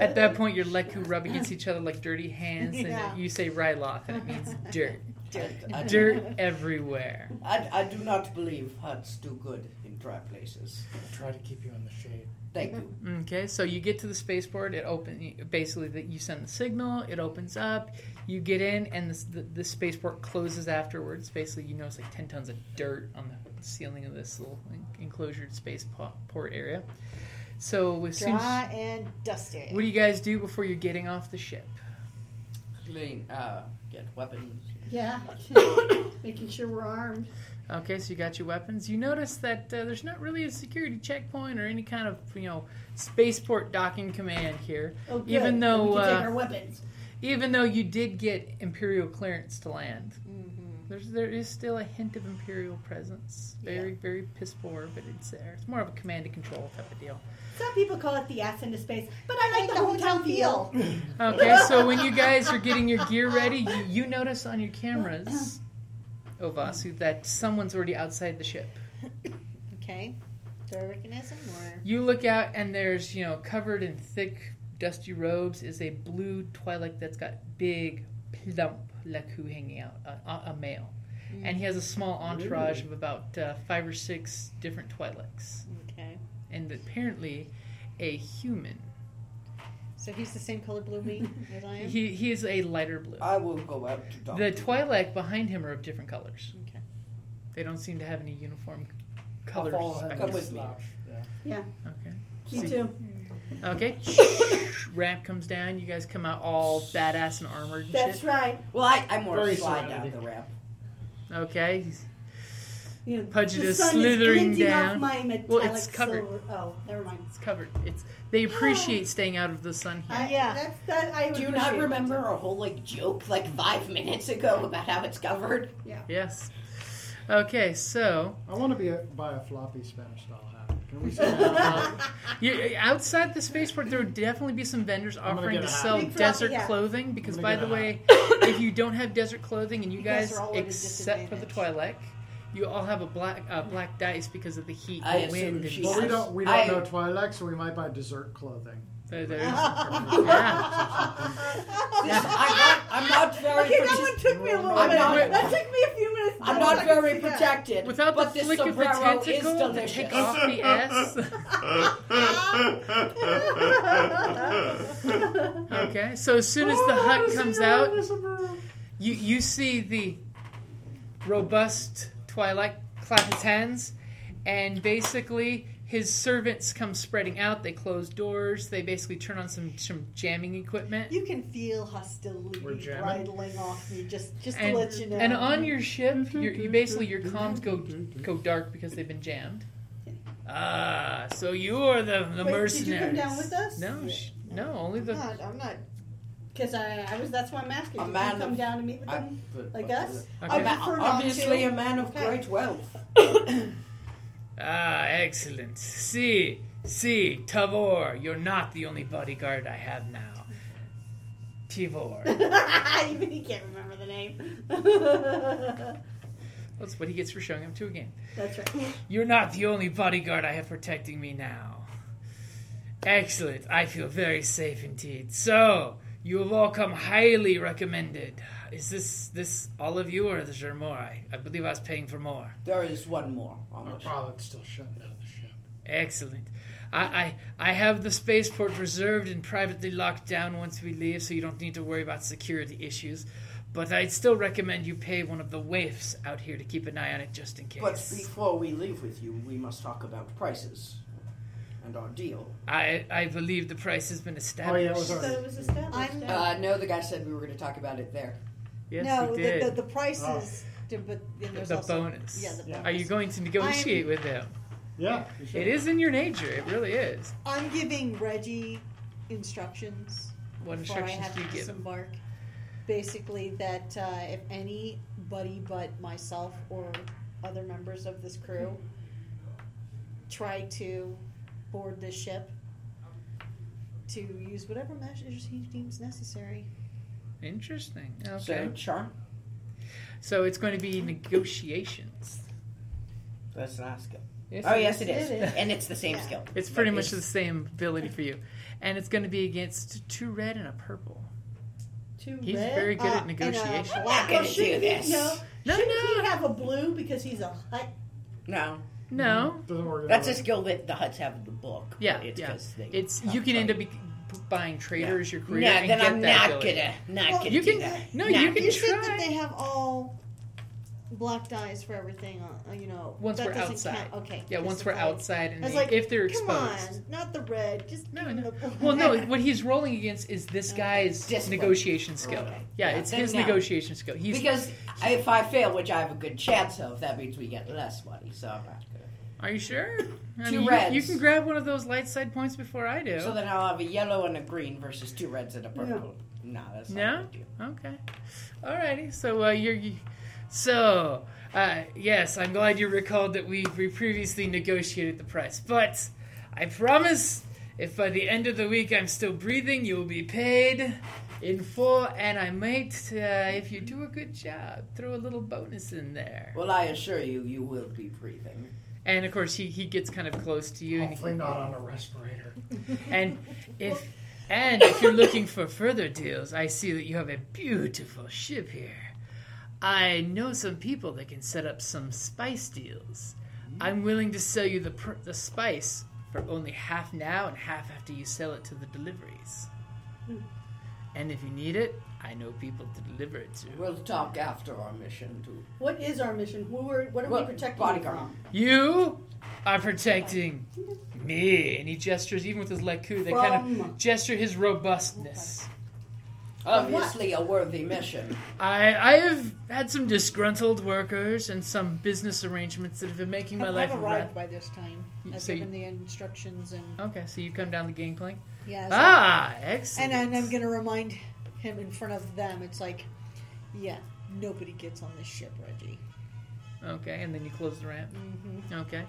S4: At that point, your leku rub against each other like dirty hands, and
S3: Yeah.
S4: you say Ryloth, and it means dirt.
S5: I, I,
S4: Dirt everywhere.
S5: I, I do not believe huts do good in dry places.
S10: Try to keep you in the shade.
S5: Thank you.
S4: Okay, so you get to the spaceport. It open basically that you send the signal. It opens up. You get in, and this, the, the spaceport closes afterwards. Basically, you notice like ten tons of dirt on the ceiling of this little en- enclosured spaceport area. So as soon
S3: Dry
S4: as,
S3: and dusty.
S4: what do you guys do before you're getting off the ship?
S5: Clean, uh, get weapons.
S7: Yeah. Making sure we're armed.
S4: Okay, so you got your weapons. You notice that uh, there's not really a security checkpoint or any kind of you know spaceport docking command here.
S7: Oh, good.
S4: Even though
S7: we can
S4: uh,
S7: take our weapons.
S4: even though you did get imperial clearance to land there's there is still a hint of imperial presence very very piss poor but it's there it's more of a command and control type of deal
S7: Some people call it the ass into space, but I like, the, hometown feel.
S4: okay so when you guys are getting your gear ready you, you notice on your cameras ovasu that someone's already outside the ship
S3: Okay. Do I recognize him or?
S4: you look out and there's you know covered in thick dusty robes is a blue twilight that's got big plump laku hanging out a, a- a male
S3: Mm.
S4: and he has a small entourage
S3: Ooh.
S4: of about uh, five or six different Twi'leks,
S3: Okay.
S4: and apparently a human.
S3: So he's the same color blue me as I am.
S4: He, he is a lighter blue.
S5: I will go out to talk.
S4: The
S5: to
S4: Twi'lek behind him are of different colors.
S3: Okay.
S4: They don't seem to have any uniform colors.
S5: follow him. Come with me.
S7: Yeah.
S4: Okay.
S7: Me too.
S4: Okay. Ramp comes down. You guys come out all badass and armored. And
S7: That's
S4: shit.
S7: right.
S5: Well, I, I more
S4: Very
S5: slide down
S4: serenity.
S5: the ramp.
S4: Okay. he's-
S7: You know,
S4: Pudge
S7: the
S4: is
S7: sun
S4: slithering
S7: is glinting
S4: down.
S7: Off my metallic
S4: Well, it's covered.
S7: Silver. Oh, never mind.
S4: It's covered. It's they appreciate staying out of the sun
S3: Uh,
S4: here.
S7: I, yeah. That's that. I
S5: Do you
S7: appreciate
S5: not
S7: it.
S5: remember a whole like joke like five minutes ago about how it's covered?
S7: Yeah.
S4: Yes. Okay, so
S10: I want to be a, buy a floppy Spanish style hat. Can we sell that?
S4: you, outside the spaceport, there would definitely be some vendors
S10: I'm gonna
S4: offering
S10: get
S4: to
S10: a hat.
S4: sell
S7: Big floppy
S4: desert
S7: hat.
S4: clothing. Because,
S10: I'm
S4: by
S10: gonna
S4: the
S10: get a
S4: way, if you don't have desert clothing, and you,
S3: You guys
S4: guys,
S3: are all at a
S4: except for the Twi'lek, you all have a black uh, black dice because of the heat,
S5: I
S4: the wind,
S5: assume
S4: and
S5: she
S10: well, we
S5: has-
S10: don't we don't
S5: I-
S10: know Twi'lek, so we might buy dessert clothing.
S4: So there's- yeah.
S5: This- I'm, not, I'm not very.
S7: Okay, that
S5: prote-
S7: one took me a little
S5: I'm
S7: bit.
S5: not-
S7: that took me a few minutes.
S5: I'm
S7: to
S5: not
S7: fucking
S5: very
S7: see that.
S5: protected.
S4: Without
S5: but
S4: the
S5: this
S4: flick of the
S5: sombrero is
S4: tentacle to
S5: delicious.
S4: take off the S. okay, so as soon as the hut comes out, you, you see the robust Twilight clap his hands, and basically his servants come spreading out. They close doors. They basically turn on some some jamming equipment.
S3: You can feel hostility
S10: We're jamming.
S3: bridling off me just just
S4: And,
S3: to let you know.
S4: and on your ship, your- you basically your comms go go dark because they've been jammed. Ah, so you are the the
S7: Wait,
S4: mercenaries.
S7: Did you come down with us? Ah.
S4: No, sh- no, only
S3: I'm
S4: the
S3: not, I'm not.
S7: Because I, I was. That's why I'm asking.
S5: A
S7: Did
S5: man
S7: you come
S5: of-
S7: down to meet with them? Like us?
S5: A
S4: Okay.
S5: ma-
S7: prefer not
S5: obviously
S7: to.
S5: a man of
S7: Okay.
S5: great wealth.
S4: Ah, excellent. See, see, Tavor, you're not the only bodyguard I have now. Tivor.
S7: Even he can't remember the name.
S4: That's what he gets for showing up to a game.
S7: That's right.
S4: You're not the only bodyguard I have protecting me now. Excellent. I feel very safe indeed. So, you have all come highly recommended. Is this this all of you, or is there more? I, I believe I was paying for more.
S5: There is one more. on
S10: Our
S5: the
S10: pilot's still shutting down the ship.
S4: Excellent. I, I, I have the spaceport reserved and privately locked down once we leave, so you don't need to worry about security issues. But I'd still recommend you pay one of the waifs out here to keep an eye on it just in case.
S5: But before we leave with you, we must talk about prices and our deal.
S4: I, I believe the price has been
S10: Oh
S4: established.
S10: yeah, it was
S7: So
S10: our
S7: it was established.
S3: I'm-
S5: Uh, no, the guy said we were going to talk about it there.
S4: Yes,
S3: no,
S4: he did.
S3: the, the, the prices. But then there's
S4: The
S3: also,
S4: bonus.
S3: Yeah, the
S10: Yeah.
S3: bonus.
S4: Are you going to negotiate with them?
S10: yeah. we should.
S4: It is in your nature. It really is.
S3: I'm giving Reggie instructions.
S4: What
S3: before I
S4: instructions
S3: have
S4: do you
S3: to
S4: give?
S3: disembark. Basically, that uh, if anybody but myself or other members of this crew try to board this ship, to use whatever measures he deems necessary.
S4: Interesting.
S5: So,
S4: Okay.
S5: charm.
S4: So it's going to be negotiations.
S5: That's not skill.
S4: Yes,
S5: Oh
S4: it
S5: yes,
S4: is.
S5: it is,
S7: It is.
S5: and it's the same
S3: Yeah.
S5: skill.
S4: It's pretty
S5: But
S4: much the same ability for you. And it's going to be against two red and a purple.
S7: Too
S4: He's
S7: red.
S4: very good
S3: Uh,
S4: at
S3: and, uh,
S4: negotiation.
S5: I'm not
S7: Well,
S5: going to do
S7: shouldn't he-
S5: this.
S7: No,
S4: No,
S7: shouldn't
S4: no.
S7: he have a blue because he's a hut?
S5: No,
S4: No.
S10: Doesn't work.
S5: That's a skill that the Huts have in the book.
S4: Yeah,
S5: it's
S4: yeah.
S5: 'cause they
S4: it's
S5: have
S4: you can
S5: to-
S4: end up bec- b- buying trader as your career.
S5: Nah,
S4: and
S5: then
S4: get
S5: I'm
S4: that
S5: not
S4: ability.
S5: gonna- not
S13: Well, gonna
S4: You
S13: do
S4: can
S13: that.
S4: no,
S13: Nah.
S4: you can
S13: You
S4: try.
S13: said that they have all black dies for everything. On, uh, you know,
S4: once
S13: that
S4: we're
S13: doesn't
S4: outside.
S13: Count. Okay.
S4: Yeah,
S13: just
S4: once
S13: the
S4: we're
S13: white.
S4: outside and
S13: I was
S4: they-
S13: like,
S4: if they're
S13: come
S4: exposed.
S13: on, not the red. Just no, no.
S4: Well, no, what he's rolling against is this guy's negotiation skill.
S5: Okay.
S4: Yeah,
S5: Yeah,
S4: it's
S5: then
S4: his
S5: no.
S4: negotiation skill. He's
S5: because if I fail, which I have a good chance of, that means we get less money. So I'm not gonna.
S4: Are you sure? I
S5: Two
S4: mean, you-
S5: reds.
S4: You, can grab one of those light side points before I do.
S5: So then I'll have a yellow and a green versus two reds and a purple. No, that's not
S4: No. Okay. Alrighty. So uh, you're. You, so uh, yes, I'm glad you recalled that we, we previously negotiated the price, but I promise if by the end of the week I'm still breathing, you will be paid in full, and I might, uh, if you do a good job, throw a little bonus in there.
S5: Well, I assure you, you will be breathing.
S4: And of course, he, he gets kind of close to you.
S10: Hopefully
S4: and
S10: not on a respirator.
S4: And if and if you're looking for further deals, I see that you have a beautiful ship here. I know some people that can set up some spice deals. I'm willing to sell you the pr- the spice for only half now and half after you sell it to the deliveries. And if you need it, I know people to deliver it to.
S5: We'll talk after our mission too.
S7: What is our mission? Who are, what are
S5: Well,
S7: we protecting
S5: bodyguard.
S7: from?
S4: You are protecting me. And he gestures, even with his leku, they kind
S7: From-
S4: of gesture his robustness.
S5: Oh, Obviously, a worthy mission.
S4: I I have had some disgruntled workers and some business arrangements that have been making my
S13: I've,
S4: life
S13: I've
S4: a
S13: arrived
S4: wreck.
S13: by this time.
S4: You-
S13: I've
S4: so you-
S13: given the instructions and
S4: Okay, so you come down the gangplank.
S13: yeah. so-
S4: Ah, excellent.
S13: and, and I'm gonna remind him in front of them. It's like, yeah, nobody gets on this ship, Reggie.
S4: okay, and then you close the ramp.
S13: hmm
S4: Okay.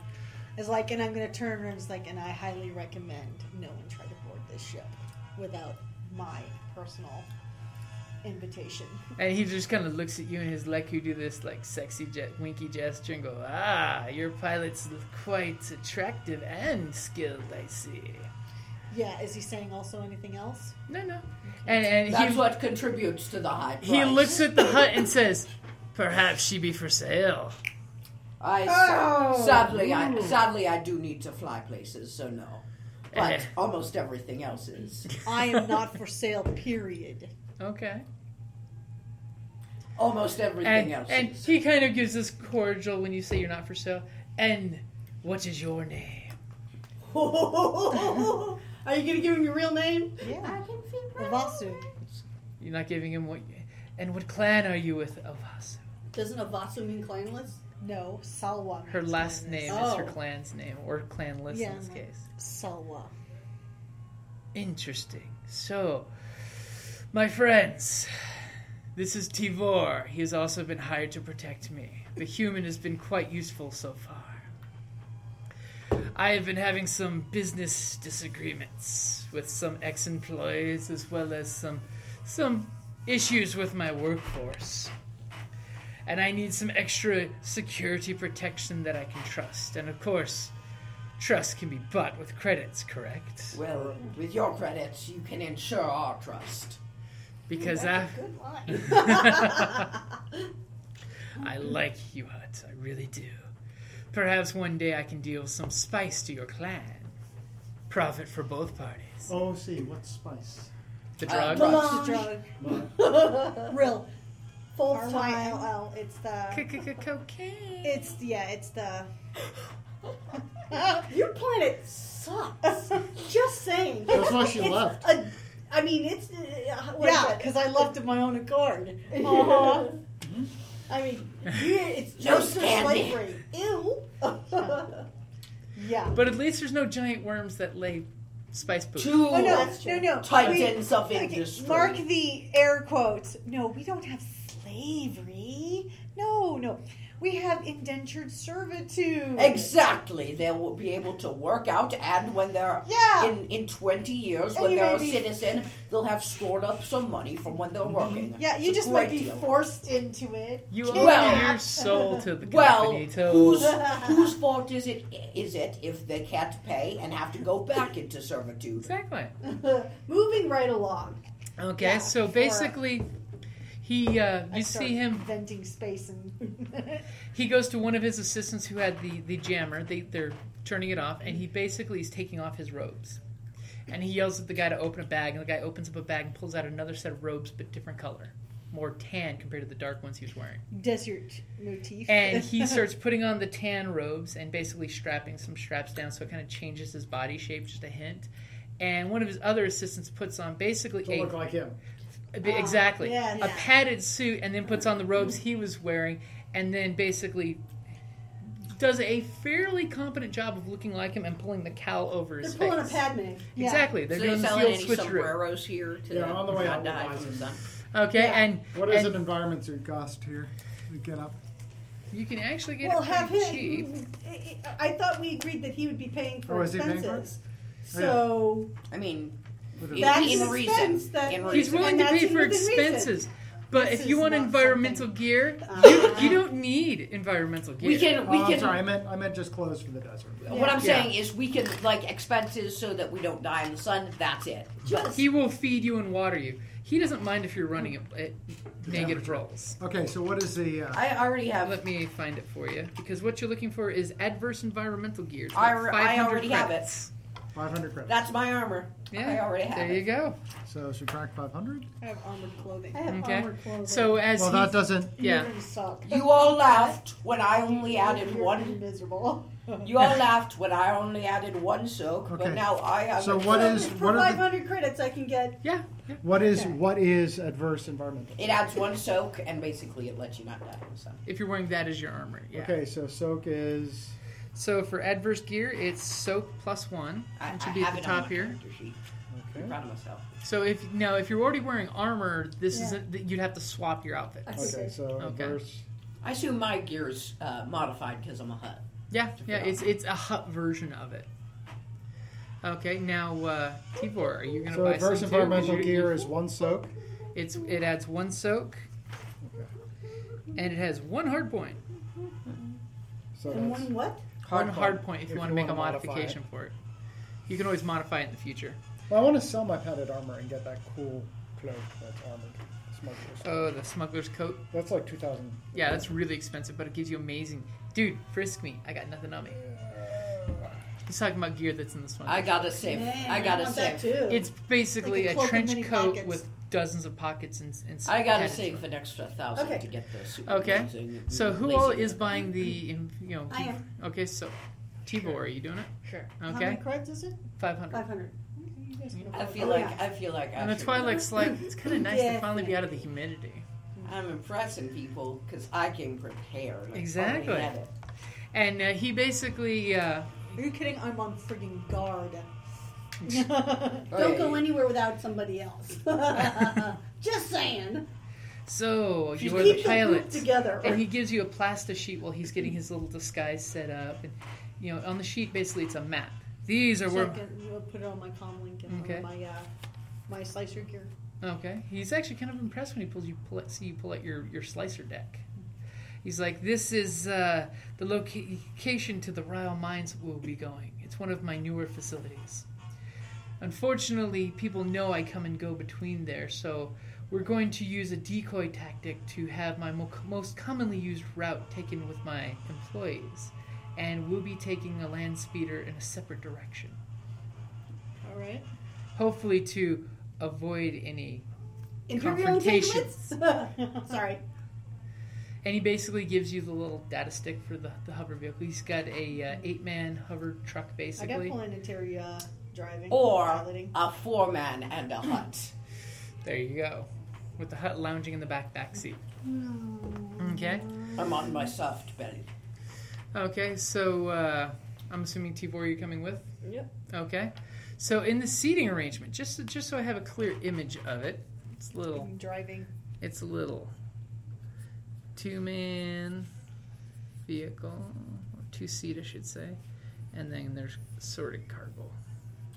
S13: It's like, and I'm gonna turn around. It's like, and I highly recommend no one try to board this ship without my personal invitation.
S4: And he just kind of looks at you and his leg. You do this like sexy jet, winky gesture and go, ah, your pilots look quite attractive and skilled. I see.
S13: Yeah, is he saying also anything else?
S4: No, no. And and
S5: That's
S4: he
S5: what contributes to the high price.
S4: he looks at the hut and says, perhaps she be for sale.
S5: I
S7: Oh.
S5: sadly, I
S7: Ooh.
S5: sadly, I do need to fly places, so no. But
S4: Eh.
S5: almost everything else is.
S13: I am not for sale. Period.
S4: Okay.
S5: Almost everything
S4: and,
S5: else
S4: and
S5: is.
S4: he kind of gives this cordial when you say you're not for sale. And what is your name?
S7: Are you gonna give him your real name?
S13: Yeah,
S14: I can feel
S13: Avasu.
S4: You're not giving him what. And what clan are you with, Avasu?
S7: Doesn't Avasu mean clanless?
S13: No, Salwa.
S4: Her
S13: means
S4: last
S13: kindness.
S4: name is her
S7: Oh.
S4: clan's name, or clanless
S13: Yeah.
S4: in this case.
S13: Salwa.
S4: Interesting. So, my friends, this is Tivor. He has also been hired to protect me. The human has been quite useful so far. I have been having some business disagreements with some ex-employees as well as some some issues with my workforce. And I need some extra security protection that I can trust. And of course, trust can be bought with credits, correct?
S5: Well, with your credits, you can ensure our trust.
S4: Because I,
S7: Good line.
S4: I like you, Hut. I really do. Perhaps one day I can deal some spice to your clan. Profit for both parties.
S10: Oh, see, what spice?
S4: The
S5: Uh,
S4: drug.
S5: drugs.
S13: It's a drug. Real.
S7: Um, Full
S13: R Y L
S7: time.
S13: L. It's the.
S4: Cocaine.
S13: It's yeah. It's the.
S7: Your planet sucks. Just saying.
S10: That's why she
S7: It's
S10: left.
S7: A, I mean, it's uh, what is
S13: yeah,
S7: it?
S13: because I left of my own accord. Uh-huh.
S7: I mean, yeah, it's
S5: No
S7: just
S5: standing.
S7: slavery. Ew.
S13: yeah.
S4: But at least there's no giant worms that lay spice poop.
S5: Two
S13: Oh, no,
S7: that's
S13: no,
S7: true.
S13: no.
S5: titans of
S13: We- okay,
S5: industry.
S13: mark the air quotes. No, we don't have slavery. No, no. We have indentured servitude.
S5: Exactly. They will be able to work out, and when they're
S13: Yeah.
S5: in, in 20 years,
S13: And
S5: when
S13: you
S5: they're a
S13: may be-
S5: citizen, they'll have stored up some money from when they're working.
S13: Mm-hmm. yeah, you
S5: It's a
S13: just might
S5: great
S13: be
S5: deal.
S13: forced into it.
S4: You owe
S5: Well-
S4: your soul to the
S5: Well,
S4: company. to-
S5: whose whose fault is it? Is it if they can't pay and have to go back into servitude?
S4: Exactly.
S7: Moving right along.
S4: Okay,
S13: Yeah,
S4: so
S13: for-
S4: basically, He, uh,
S13: I
S4: you
S13: start
S4: see him.
S13: venting space and
S4: He goes to one of his assistants who had the, the jammer. They, they're turning it off, and he basically is taking off his robes. And he yells at the guy to open a bag, and the guy opens up a bag and pulls out another set of robes, but different color. More tan compared to the dark ones he was wearing.
S13: desert motif.
S4: And he starts putting on the tan robes and basically strapping some straps down so it kind of changes his body shape, just a hint. And one of his other assistants puts on basically
S10: To
S4: a
S10: look like him.
S4: B-
S10: Ah,
S4: exactly.
S10: yes.
S4: A padded suit and then puts on the robes he was wearing and then basically does a fairly competent job of looking like him and pulling the cowl over
S7: They're
S4: his
S7: pulling a
S4: face.
S7: Padme.
S4: Exactly. They're
S5: so
S4: doing
S5: you're
S4: the
S5: selling
S4: sealed
S5: any
S4: switcheroo.
S5: sombreros here to
S10: Yeah, on the way out,
S5: Rod
S10: we'll
S5: Dye
S10: buy
S5: for
S10: some.
S5: some.
S4: Okay,
S5: Yeah.
S4: and
S10: What is
S4: and
S10: an environment suit cost here? We Get up.
S4: you can actually get
S7: Well,
S4: it
S7: have
S4: pretty
S7: him.
S4: cheap.
S7: I- I I thought we agreed that he would be paying for
S10: Oh, is he paying for
S7: expenses.
S10: Oh, yeah.
S7: So
S5: I mean,
S10: What
S5: in,
S10: is-
S7: That's
S5: in
S7: an
S5: reason.
S7: expense that-
S5: in
S4: He's
S5: reason.
S4: willing
S7: And
S4: to
S7: that's
S4: pay for
S7: within reason.
S4: expenses. But
S7: This
S4: if you
S7: is
S4: want
S7: not
S4: environmental gear,
S7: Uh-huh.
S4: you, you don't need environmental gear.
S5: We can, we
S10: Oh, I'm
S5: can.
S10: sorry. I meant I meant just clothes for the desert.
S5: What I'm
S4: Yeah.
S5: saying is, we can like expenses so that we don't die in the sun. That's it. But
S4: He will feed you and water you. He doesn't mind if you're running at, at negative
S10: temperature.
S4: rolls.
S10: Okay, so what is the? Uh,
S5: I already have.
S4: Let me find it for you because what you're looking for is adverse environmental gear. It's
S5: I
S4: like
S5: re- I
S4: 500
S5: already have it.
S4: credits.
S10: 500 credits.
S5: That's my armor.
S4: Yeah,
S5: I already have
S4: there
S5: it.
S4: you go.
S10: So subtract 500.
S13: I have armored clothing.
S7: I have
S4: Okay.
S7: armor clothing.
S4: So as
S10: Well,
S4: he,
S10: that doesn't.
S4: yeah,
S13: You're gonna suck.
S5: You all laughed when I only added
S13: You're
S5: one.
S13: miserable.
S5: You all laughed when I only added one soak,
S10: Okay.
S5: but now I have.
S10: So
S5: a-
S10: what is
S7: for
S10: what are
S7: 500 credits, I can get.
S4: yeah, yeah.
S10: the, what is what is adverse environmental?
S5: It adds one soak, and basically it lets you not die in the sun.
S4: If you're wearing that as your armor, yeah.
S10: Okay, so soak is
S4: So for adverse gear, it's soak plus one,
S5: I,
S4: which
S5: I
S4: would be at
S5: have
S4: the
S5: it on
S4: top
S5: my
S4: here.
S5: character sheet. I'm
S10: okay.
S5: proud of myself.
S4: So if now if you're already wearing armor, this isn't. You'd have to swap your outfit.
S10: Okay, so adverse.
S5: I assume my gear is uh, modified because I'm a hut.
S4: Yeah, yeah. It's it's a hut version of it. Okay, now uh, Tibor, are you gonna
S10: So
S4: buy
S10: adverse
S4: some
S10: environmental
S4: too? 'Cause you-
S10: gear is one soak.
S4: It's it adds one soak, and it has one hard point.
S10: So
S7: And
S10: that's,
S7: one what?
S4: one hard point if, you want to make a
S10: wanna modify
S4: modification for it. You can always modify it in the future.
S10: well, I want to sell my padded armor and get that cool cloak that's armored. Smuggler's.
S4: Oh, the smuggler's coat.
S10: That's like 2,000.
S4: Yeah, that's really expensive, but it gives you amazing. Dude, frisk me. I got nothing on me. He's talking about gear that's in the smuggler's.
S5: I gotta save. I gotta
S7: want that
S5: save.
S7: too.
S4: It's basically
S13: Like a
S4: a,
S13: cloak with
S4: trench
S13: many
S4: coat
S13: pockets.
S4: with dozens of pockets and. and
S5: I gotta
S4: patches
S5: save
S4: for it.
S5: an extra thousand
S7: Okay.
S5: to get the super
S4: Okay.
S5: amazing
S4: So who
S5: laser
S4: all is
S5: weapon.
S4: buying the? in- You know.
S7: I am.
S4: Okay, so Tibor, are you doing it?
S13: Sure. How many
S4: Okay,
S13: cards is it?
S4: five hundred.
S7: 500.
S5: I feel
S7: Oh,
S5: like
S7: yeah.
S5: I feel like I
S4: And the
S5: should-
S4: twilight's like it's kind of nice to
S7: Yeah.
S4: finally be out of the humidity.
S5: I'm impressing people because I came prepared. I
S4: Exactly.
S5: already had it.
S4: And uh, he basically. Uh,
S13: Are you kidding? I'm on friggin' guard.
S7: Don't go
S5: Hey.
S7: anywhere without somebody else. Just saying.
S4: So you
S7: Just
S4: are the
S7: keep the group
S4: pilot,
S7: together.
S4: and he gives you a plastic sheet while he's getting his little disguise set up. And you know, on the sheet, basically, it's a map. These are
S13: So
S4: where.
S13: I can we'll put it on my comm link and on
S4: Okay.
S13: my uh, my slicer gear.
S4: Okay, he's actually kind of impressed when he pulls you pull out, see you pull out your your slicer deck. He's like, "This is uh, the loca- location to the Ryle Mines we'll be going. It's one of my newer facilities. Unfortunately, people know I come and go between there, so we're going to use a decoy tactic to have my mo- most commonly used route taken with my employees, and we'll be taking a land speeder in a separate direction,
S13: All right.
S4: hopefully to avoid any."
S7: Imperial
S4: Confrontations.
S7: entanglements? Sorry.
S4: And he basically gives you the little data stick for the, the hover vehicle. He's got a uh, eight man hover truck,
S13: I got
S4: basically.
S13: planetary uh, driving.
S5: Or
S13: piloting.
S5: a four man and a hut.
S4: There you go, with the hut lounging in the back back seat. Okay,
S5: I'm on my soft belly.
S4: okay. So uh, I'm assuming Tibor, you're coming with.
S13: Yep.
S4: Okay, so in the seating arrangement, just just so I have a clear image of it, it's a little,
S13: driving.
S4: it's a little two man vehicle, or two seat, I should say, and then there's sorted cargo.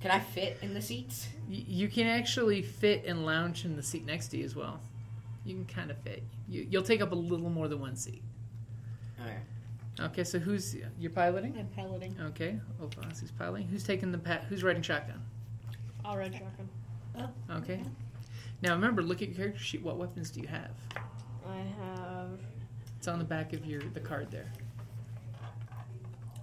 S5: Can I fit in the seats?
S4: Y- You can actually fit and lounge in the seat next to you as well. You can kind of fit. You, you'll take up a little more than one seat.
S5: Alright.
S4: Okay, so who's you're piloting?
S13: I'm piloting.
S4: Okay, Ophanos who's piloting. Who's taking the pat? Who's riding shotgun?
S13: All right, shotgun.
S4: Okay. Now remember, look at your character sheet. What weapons do you have?
S12: I have.
S4: It's on the back of your the card there.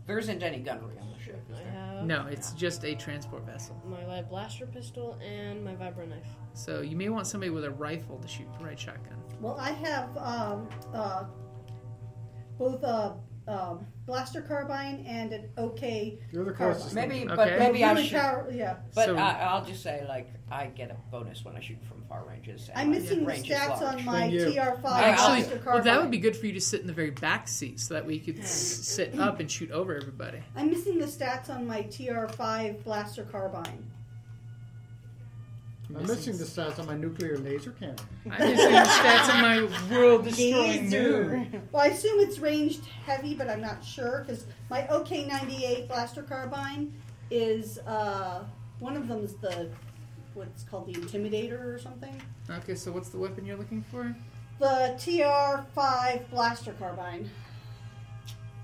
S5: There isn't any gunnery on the ship, is
S12: I
S5: there?
S12: have.
S4: No, it's just a transport vessel.
S12: My live blaster pistol and my vibro knife.
S4: So you may want somebody with a rifle to shoot the right shotgun.
S7: Well, I have um, uh, both a um, blaster carbine and an OK.
S10: You're the
S7: carbine.
S10: closest.
S5: Maybe, but
S10: Okay.
S5: maybe I
S7: Really
S5: should.
S7: power- yeah.
S5: But
S7: So-
S5: I, I'll just say, like, I get a bonus when I shoot from far ranges. and
S7: I'm
S5: my
S7: missing the
S5: range is
S7: stats
S5: large.
S7: on my Thank you. TR5
S4: Actually,
S7: Blaster
S4: well, that
S7: carbine.
S4: would be good for you to sit in the very back seat, so that way you could s- sit up and shoot over everybody.
S7: I'm missing the stats on my TR5 blaster carbine.
S10: I'm missing the stats on my nuclear laser cannon.
S4: I'm missing the stats on my world-destroying
S10: nuke.
S7: Well, I assume it's ranged heavy, but I'm not sure because my OK98 blaster carbine is uh, one of them is the what's called the Intimidator or something.
S4: Okay, so what's the weapon you're looking for?
S7: The TR5 blaster carbine.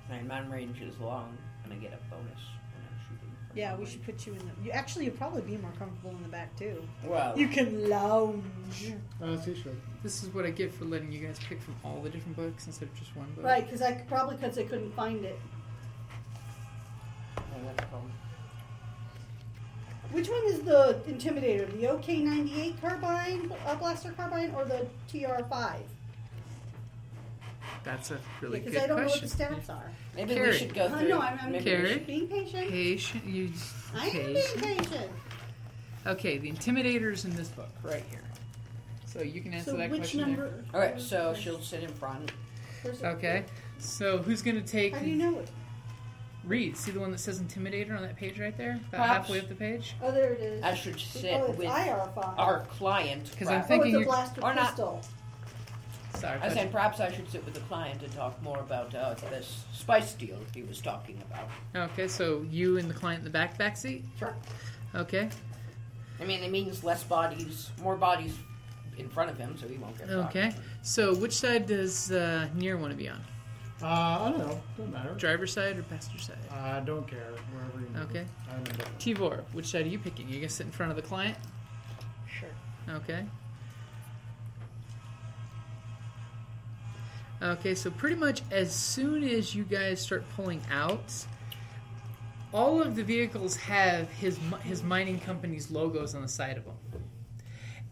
S5: And my range is long, and I get a bonus when I'm shooting.
S13: Yeah, we should put you in the. You actually, you'd probably be more comfortable in the back too.
S7: Oh.
S5: Well-
S13: you can lounge.
S10: Uh,
S4: This is what I get for letting you guys pick from all the different books instead of just one book.
S7: Right, because I c- probably because I couldn't find it.
S5: No, that's a problem.
S7: Which one is the Intimidator? The OK98 carbine, uh, blaster carbine, or the TR5?
S4: That's a really
S7: because
S4: good
S7: I don't
S4: question.
S7: know what the stats are.
S5: Maybe
S4: we Carrie. should go
S7: Uh,
S4: through-
S7: no, I'm, I'm
S4: maybe we
S7: patient.
S4: should-
S7: being patient.
S4: Patient, you.
S7: I am being
S4: patient.
S7: patient.
S4: Okay, the intimidators in this book right here. So you can answer
S7: So
S4: that
S7: which
S4: question.
S7: number-
S4: There.
S5: All right, so she'll sit in front.
S7: Where's it?
S4: Okay, so who's going to take?
S7: How do you know it?
S4: Read. See the one that says intimidator on that page right there, about
S5: Perhaps-
S4: halfway up the page.
S7: Oh, there it is.
S5: I should sit
S7: oh, it's
S5: with
S7: IR5.
S5: our client.
S4: 'Cause I'm
S5: perhaps.
S4: thinking
S7: Oh, it's a blaster
S5: or not.
S7: pistol.
S4: Sorry,
S5: I
S4: but-
S5: said perhaps I should sit with the client and talk more about uh, this spice deal he was talking about.
S4: Okay, so you and the client in the back back seat.
S5: Sure.
S4: Okay.
S5: I mean, it means less bodies, more bodies in front of him, so he won't get caught.
S4: Okay. So which side does uh, Nier want to be on?
S10: Uh, I don't know. Doesn't matter.
S4: Driver's side or passenger side?
S10: I don't care. Wherever you
S4: Okay.
S10: I'm indifferent.
S4: Tivor, which side are you picking? Are you gonna sit in front of the client?
S13: Sure.
S4: Okay. Okay, so pretty much as soon as you guys start pulling out, all of the vehicles have his mi- his mining company's logos on the side of them.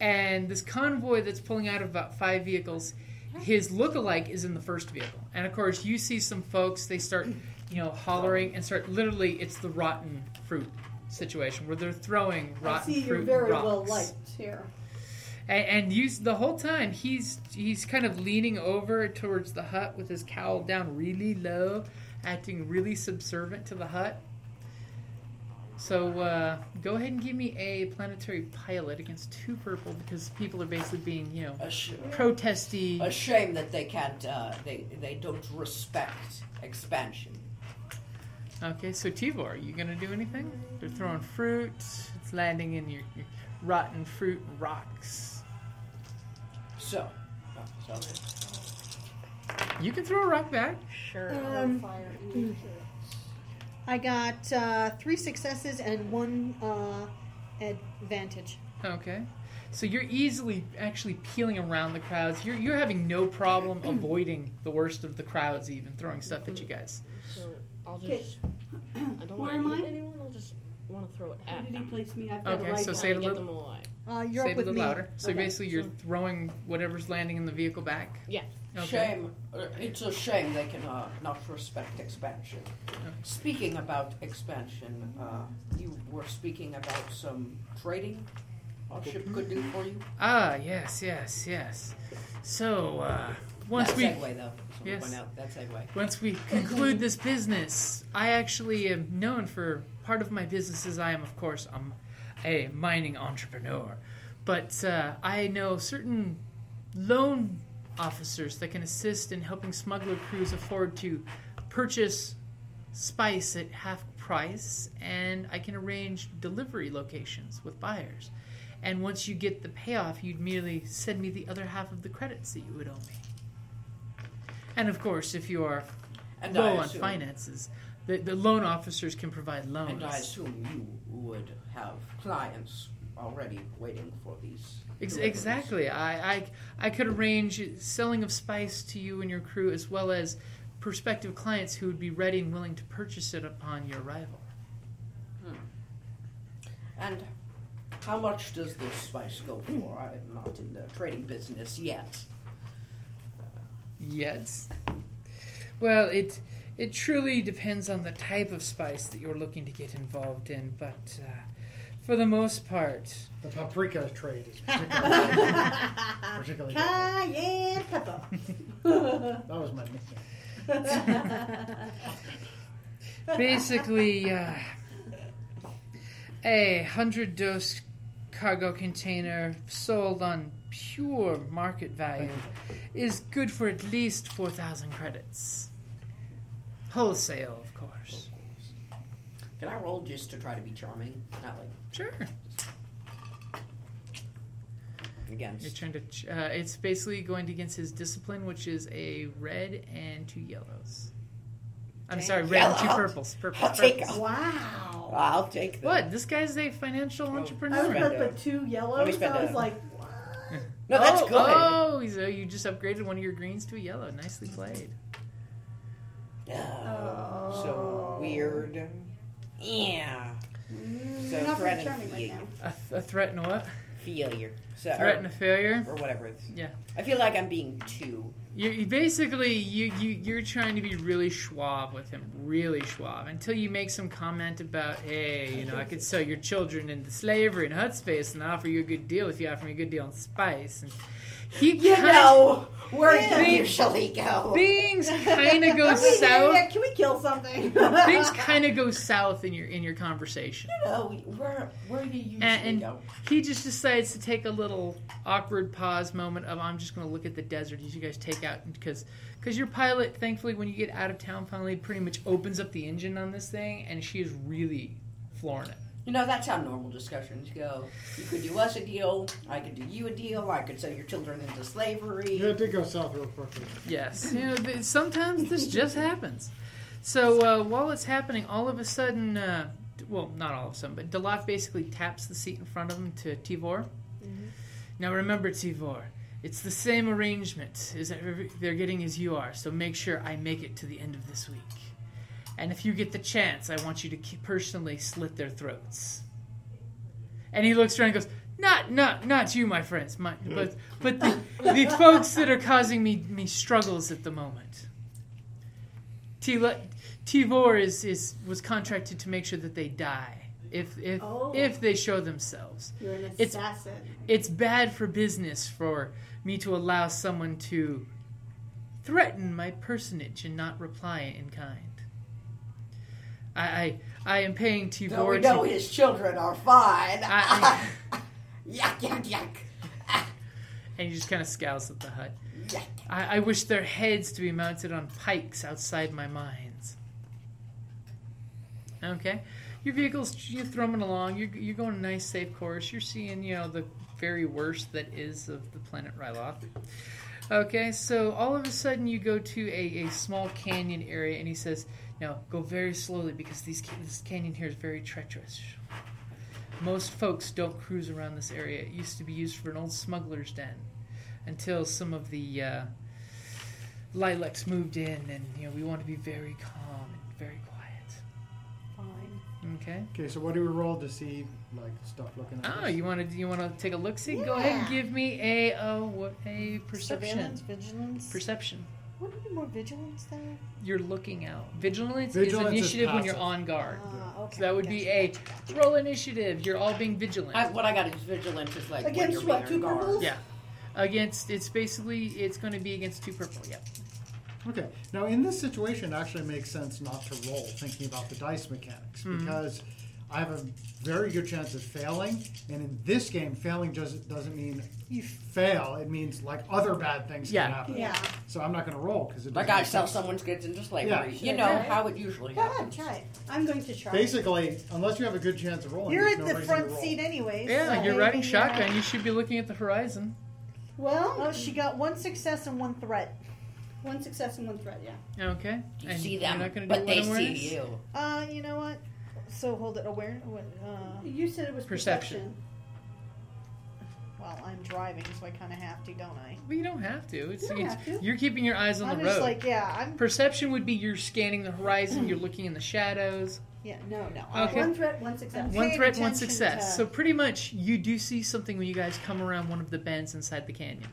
S4: And this convoy that's pulling out of about five vehicles, his lookalike is in the first vehicle. And of course, you see some folks, they start, you know, hollering and start literally, it's the rotten fruit situation where they're throwing
S7: I
S4: rotten
S7: see
S4: fruit
S7: you're very
S4: rocks
S7: well liked here.
S4: and, and you the whole time he's he's kind of leaning over towards the hut with his cowl down really low acting really subservient to the hut so uh, go ahead and give me a planetary pilot against two purple because people are basically being you know protesty
S5: A shame that they can't. Uh, they they don't respect expansion.
S4: okay so tivor are you gonna do anything they're throwing fruit it's landing in your, your rotten fruit rocks
S5: so
S4: you can throw a rock back
S13: Sure.
S3: Um,
S13: I got uh, three successes and one uh, advantage.
S4: Okay. So you're easily actually peeling around the crowds. You're, you're having no problem avoiding the worst of the crowds, even throwing stuff at you guys.
S12: So I'll
S7: Okay.
S12: just. I don't
S7: Where
S12: want
S7: am
S12: to eat
S7: I?
S12: anyone. I'll just want to throw it at
S7: Who did
S12: them.
S7: he place me? I've got
S4: Okay,
S7: a
S4: so say it a
S12: Get
S4: little,
S12: them alive.
S13: Uh,
S4: say
S13: you're
S4: it
S13: up
S4: a
S13: with
S4: little
S13: me.
S4: louder. So
S13: Okay.
S4: basically, you're throwing whatever's landing in the vehicle back.
S12: Yeah.
S4: Okay.
S5: Shame. uh, It's a shame they can uh, not respect expansion. Speaking about expansion, uh, you were speaking about some trading our ship could do for you.
S4: Ah, yes, yes, yes. So uh, once
S5: that
S4: we
S5: segue though, just wanna
S4: Yes.
S5: point out that segue.
S4: Once we conclude this business, I actually am known for part of my business is I am, of course, I'm a mining entrepreneur. But uh, I know certain loan officers that can assist in helping smuggler crews afford to purchase spice at half price, and I can arrange delivery locations with buyers. And once you get the payoff, you'd merely send me the other half of the credits that you would owe me. And of course, if you are
S5: And I
S4: low on
S5: assume-
S4: finances, the, the loan officers can provide loans.
S5: And I assume you would have clients already waiting for these.
S4: Ex-
S5: deliveries.
S4: exactly. I, I I could arrange selling of spice to you and your crew, as well as prospective clients who would be ready and willing to purchase it upon your arrival.
S5: Hmm. And how much does this spice go for? I'm not in the trading business yet.
S4: Yes. Well, it it truly depends on the type of spice that you're looking to get involved in, but uh, for the most part,
S10: the paprika trade is particularly.
S13: Cayenne pepper.
S10: that was my nickname.
S4: basically uh, a hundred dose cargo container sold on pure market value is good for at least four thousand credits. Wholesale, of course.
S5: Can I roll just to try to be charming? Not like
S4: sure.
S5: Against.
S4: You're trying to. Ch- uh, it's basically going against his discipline, which is a red and two yellows. I'm
S5: Dang.
S4: sorry, red and two
S5: Yellow.
S4: purples. Purples.
S5: I'll take
S4: purples.
S5: it. Wow. I'll take that.
S4: What? This guy's a financial entrepreneur.
S5: I would put the two yellows, Let me spend I was a- like, No,
S4: oh,
S5: that's good.
S4: Oh, so you just upgraded one of your greens to a yellow. Nicely played.
S5: So weird. Yeah. So
S13: not very
S5: threaten
S13: charming right
S5: failure.
S4: A, a threat and a what?
S5: Failure. So, or-
S4: Threaten a failure?
S5: Or whatever. It's.
S4: Yeah.
S5: I feel like I'm being too.
S4: You, you basically you, you you're trying to be really suave with him, really suave, until you make some comment about, hey, you know, I could sell your children into slavery and hut space and offer you a good deal if you offer me a good deal on spice. And he
S13: You
S4: kinda-
S13: know, where
S4: Yeah.
S13: you usually go.
S4: Things kind of go
S13: Are we there
S4: south.
S13: yet? Can we kill something?
S4: Things kind of go south in your in your conversation.
S5: No, Oh, where where do you usually
S4: and, and
S5: go?
S4: he just decides to take a little awkward pause moment of I'm just going to look at the desert as you guys take out because because your pilot thankfully when you get out of town finally pretty much opens up the engine on this thing and she is really flooring it.
S5: You know, that's how normal discussions go. You could do us a deal. I could do you a deal. I could sell your children into slavery.
S10: Yeah, it did go south real quickly.
S4: Yes, you know, th- sometimes this just happens. So uh, while it's happening, all of a sudden, uh, d- well, not all of a sudden, but Delof basically taps the seat in front of him to Tivor. Now remember, Tivor, it's the same arrangement as every- they're getting as you are. So make sure I make it to the end of this week. And if you get the chance, I want you to ke- personally slit their throats. And he looks around and goes, "Not, not, not you, my friends, my, but but the, the folks that are causing me me struggles at the moment." Tila, Tivor is, is was contracted to make sure that they die if if
S13: Oh.
S4: if they show themselves.
S13: You're an
S4: It's-
S13: assassin.
S4: It's bad for business for me to allow someone to threaten my personage and not reply in kind. I I, I am paying Tivor.
S5: Though we
S4: to-
S5: know his children are fine.
S4: I-
S5: yuck, yuck, yuck.
S4: and he just kind of scowls at the hut. I, I wish their heads to be mounted on pikes outside my mines. Okay, your vehicle's you're thrumming along. You're, you're going a nice safe course. You're seeing you know the very worst that is of the planet Ryloth. Okay, so all of a sudden you go to a, a small canyon area, and he says, "Now go very slowly because these ca- this canyon here is very treacherous." Most folks don't cruise around this area. It used to be used for an old smuggler's den until some of the uh, lilacs moved in, and you know we want to be very calm and very quiet.
S13: Fine.
S4: Okay.
S10: Okay, so what do we roll to see like stuff looking at?
S4: Oh,
S10: us?
S4: you want to you want to take a look? See, go ahead and give me a uh, what a perception.
S13: Surveillance, vigilance.
S4: Perception.
S13: Wouldn't it be more vigilance there?
S4: You're looking out. Vigilance,
S10: Vigilance
S4: is
S10: is
S4: initiative when you're
S10: passive.
S4: on guard.
S13: Ah, okay.
S4: So that would be a roll initiative. You're all being vigilant.
S5: I, what I got is vigilant is like
S7: Against
S5: when you're
S7: what,
S5: being
S7: two
S5: on guard.
S7: purples?
S4: Yeah. Against it's basically it's going to be against two purple. Yep.
S10: Okay. Now, in this situation, it actually makes sense not to roll, thinking about the dice mechanics,
S4: Mhm.
S10: because I have a very good chance of failing. And in this game, failing just doesn't mean you fail. It means like other bad things
S4: Yeah.
S10: can happen.
S13: Yeah.
S10: So I'm not going to roll because it
S5: Like
S10: doesn't
S5: I
S10: make
S5: sell
S10: sense.
S5: someone's goods into slavery.
S10: Yeah.
S5: You know how it usually
S13: Go ahead,
S5: happens.
S13: try it. I'm going to try.
S10: Basically, unless you have a good chance of rolling,
S13: You're
S10: there's
S13: in
S10: no
S13: the
S10: reason to
S13: front
S10: roll.
S13: seat anyways.
S4: Yeah,
S13: so
S4: you're
S13: maybe
S4: riding
S13: you're
S4: shotgun.
S13: not-
S4: You should be looking at the horizon.
S13: Well, oh, she got one success and one threat.
S7: One success and one threat, yeah.
S4: Okay.
S5: You
S4: And
S5: see
S4: you're
S5: them,
S4: not gonna do
S5: but they
S4: one awareness?
S5: see you.
S13: Uh, you know what? So hold it. Aware. what, Uh,
S7: You said it was
S4: Perception.
S7: perception.
S13: Well, I'm driving, so I kind of have to, don't I?
S4: But you don't have to. It's,
S13: You don't
S4: it's
S13: have to.
S4: you're keeping your eyes on
S13: I'm
S4: the
S13: just
S4: road.
S13: like, yeah, I'm-
S4: Perception would be you're scanning the horizon, you're looking in the shadows.
S13: Yeah, no, no.
S4: Okay.
S7: One threat, one success.
S4: One threat, one success.
S7: So
S4: So pretty much, you do see something when you guys come around one of the bends inside the canyon.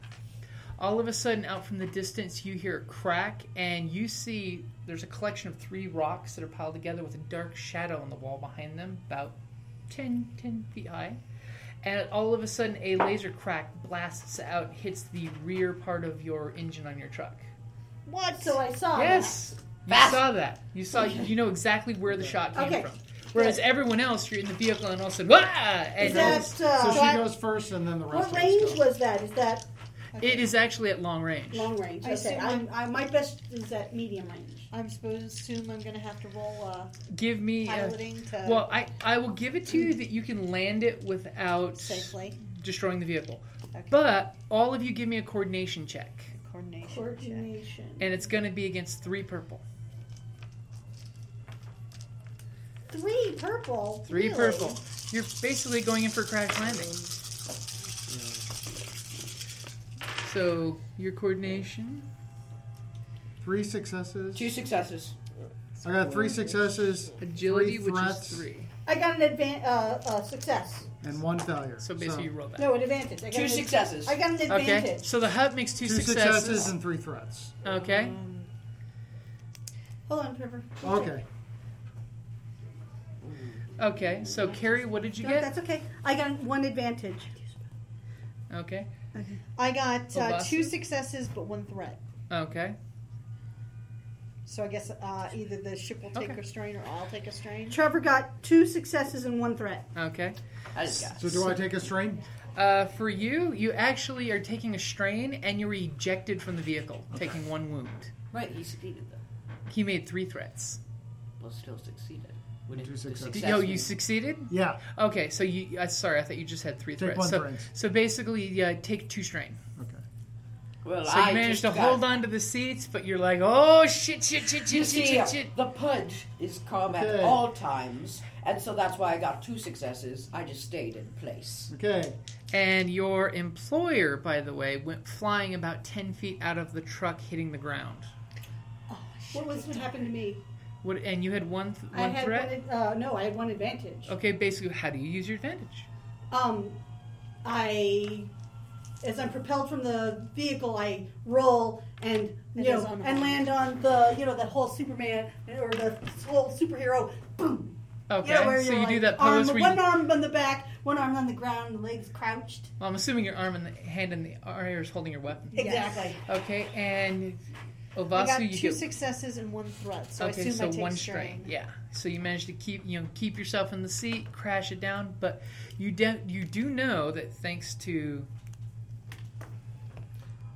S4: All of a sudden, out from the distance, you hear a crack, and you see there's a collection of three rocks that are piled together with a dark shadow on the wall behind them, about 10, 10 feet high. And all of a sudden, a laser crack blasts out, hits the rear part of your engine on your truck.
S13: What?
S7: So I saw.
S4: Yes, you
S7: Oh, Fast.
S4: saw that. You saw. You know exactly where the shot came
S7: Okay.
S4: from. Whereas everyone else, you're in the vehicle and all of a sudden, Wah! and
S7: Is that, uh,
S10: so
S7: do I-
S10: she goes first, and then the
S7: What
S10: rest. of us
S7: range
S10: go.
S7: was that? Is that
S4: it is actually at long range.
S7: long range?
S13: I
S7: Okay,
S13: assume
S7: I'm, I, my best is at medium range.
S13: I'm supposed to assume I'm going to have to roll uh,
S4: Give me. A,
S13: piloting to
S4: well, I I will give it to you that you can land it without
S13: safely.
S4: destroying the vehicle. But all of you give me a coordination check,
S13: Coordination.
S7: Coordination.
S4: and it's going to be against three purple.
S7: Three purple.
S4: Three
S7: Really?
S4: purple. You're basically going in for a crash landing. So your coordination.
S10: Three successes.
S5: Two successes.
S10: I got three successes.
S4: Agility,
S10: three
S4: which is
S10: threats,
S4: three.
S7: I got an advan uh, uh, success.
S10: And one failure.
S4: So basically, you roll that.
S7: No, an advantage. I got
S5: Two
S7: an ad-
S5: successes.
S7: I got an advantage.
S4: Okay. So the hut makes two,
S10: Two
S4: successes.
S10: successes and three threats.
S4: Okay.
S7: Hold on, Pepper.
S4: Oh,
S10: Okay.
S4: Okay. So Carrie, what did you
S7: No,
S4: get?
S7: that's okay. I got one advantage.
S4: Okay.
S13: I
S7: Oh,
S13: got uh,
S4: Obasi?
S13: two successes but one threat.
S4: Okay.
S13: So I guess uh, either the ship will take a strain or I'll take a strain.
S7: Trevor got two successes and one threat.
S4: Okay.
S10: So do I take a strain?
S4: Uh, for you, you actually are taking a strain and you're ejected from the vehicle, taking one wound.
S5: Right, he succeeded though.
S4: He made three threats.
S5: Well, still succeeded. Wouldn't
S10: Two
S5: the
S10: successes.
S4: Did-
S5: success
S4: oh,
S5: mean-
S4: you succeeded?
S10: Yeah.
S4: Okay, so you. Uh, sorry, I thought you just had three
S10: Take
S4: threats.
S10: one
S4: so,
S10: strain.
S4: so basically, yeah, take two strain.
S10: Okay.
S5: Well,
S4: so you
S5: I
S4: managed to
S5: just
S4: hold
S5: got-
S4: on to the seats, but you're like, oh shit, shit, shit,
S5: You
S4: shit, shit,
S5: see,
S4: shit, shit.
S5: the pudge is calm
S10: Okay.
S5: at all times, and so that's why I got two successes. I just stayed in place.
S10: Okay.
S4: And your employer, by the way, went flying about ten feet out of the truck, hitting the ground.
S7: What was what happened to me?
S4: What? And you had one, th- one
S7: I had
S4: threat.
S7: one. ad- Uh, no, I had one advantage.
S4: Okay, basically, how do you use your advantage?
S7: Um, I, as I'm propelled from the vehicle, I roll and you
S13: It is
S7: know
S13: unarmed.
S7: and land on the you know that whole Superman or the whole superhero boom.
S4: Okay,
S7: you know, where
S4: so
S7: you're
S4: you do
S7: like
S4: that
S7: arm,
S4: pose where
S7: one
S4: you.
S7: arm on the back, one arm on the ground, the legs crouched.
S4: Well, I'm assuming your arm and the hand and the air is holding your weapon.
S7: Exactly.
S4: Okay, and
S13: I got
S4: Ovasu, you
S13: two
S4: get
S13: successes and one threat, so I
S4: okay,
S13: assume
S4: so
S13: I take
S4: one
S13: strain.
S4: Yeah, so you managed to keep you know keep yourself in the seat, crash it down, but you do you do know that thanks to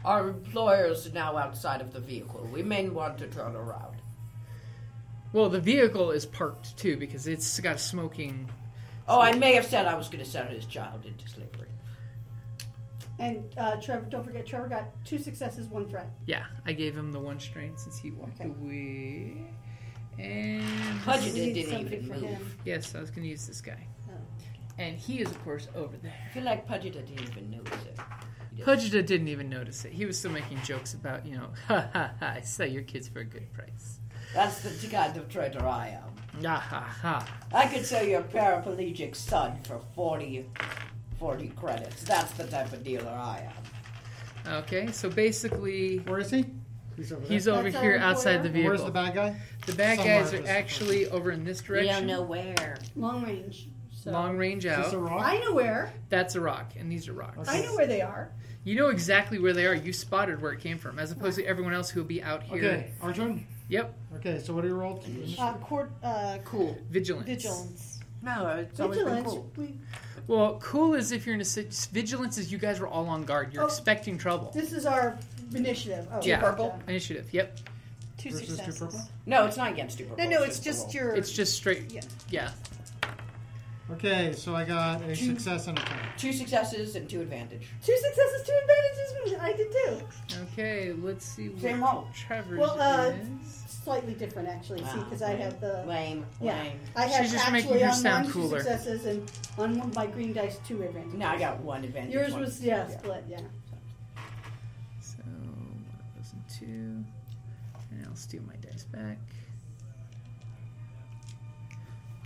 S5: Our employers are now outside of the vehicle. We may want to turn around.
S4: well the vehicle is parked too because it's got a smoking.
S5: Oh, I may have said I was going to send his child into slavery.
S7: And uh, Trevor, don't forget, Trevor got two successes, one threat.
S4: Yeah, I gave him the one strain since he walked away. And
S5: Pudge didn't
S7: need
S5: even
S7: something
S5: move.
S7: for him.
S4: yes, I was going to use this guy,
S10: Oh,
S4: and he is of course over there.
S5: I feel like Pudge didn't even notice it. He didn't.
S4: Pudgeta didn't even notice it. He was still making jokes about, you know, ha ha ha, I sell your kids for a good price.
S5: That's the kind of traitor I am.
S4: Ah ha ha.
S5: I could sell your paraplegic son for 40, 40 credits. That's the type of dealer I am.
S4: Okay, so basically,
S10: Where is he? He's over there.
S4: he's over
S7: That's our
S4: here
S7: employer?
S4: outside the
S10: And Where's
S4: vehicle.
S10: the bad guy?
S4: The bad guys
S10: Somewhere
S4: are
S10: just-
S4: actually over in this direction.
S5: where.
S7: Long range. So.
S4: Long range
S10: Is this a
S4: out.
S10: rock?
S7: I know where.
S4: That's a rock, and these are rocks.
S7: I know where they are.
S4: You know exactly where they are. You spotted where it came from, as opposed to everyone else who will be out here.
S10: Okay, our turn.
S4: Yep,
S10: Okay, so what are you rolled?
S13: Uh, court, uh,
S5: Cool.
S4: vigilance.
S13: vigilance.
S5: No, it's
S7: Vigilance. We,
S4: Well, cool is if you're in a sit- vigilance is you guys were all on guard. You're
S7: Oh.
S4: expecting trouble.
S7: this is our initiative. Oh,
S4: Yeah.
S7: purple.
S4: Initiative. Yep.
S13: Two
S10: Versus two
S13: successes.
S10: purple?
S5: No, it's not against you.
S13: No, no, it's just
S5: your.
S13: your.
S4: It's just straight.
S13: Yeah.
S4: Yeah.
S10: Okay, so I got a success and a turn.
S5: Two successes and two advantage.
S7: Two successes, two advantages. I did too.
S4: Okay, let's see what
S7: Same roll.
S4: Trevor's
S7: Well, uh,
S4: is.
S7: slightly different actually. See,
S4: Wow,
S7: because I have the
S5: lame.
S7: Yeah,
S5: lame.
S7: I have
S4: She's just
S7: actually
S4: making her
S7: on
S4: sound
S7: one, two
S4: cooler.
S7: successes and on one of my green dice two advantages.
S5: No, I got one advantage.
S7: Yours
S5: one.
S7: was yeah, split. Yeah.
S4: So one of those and two. And I'll steal my dice back.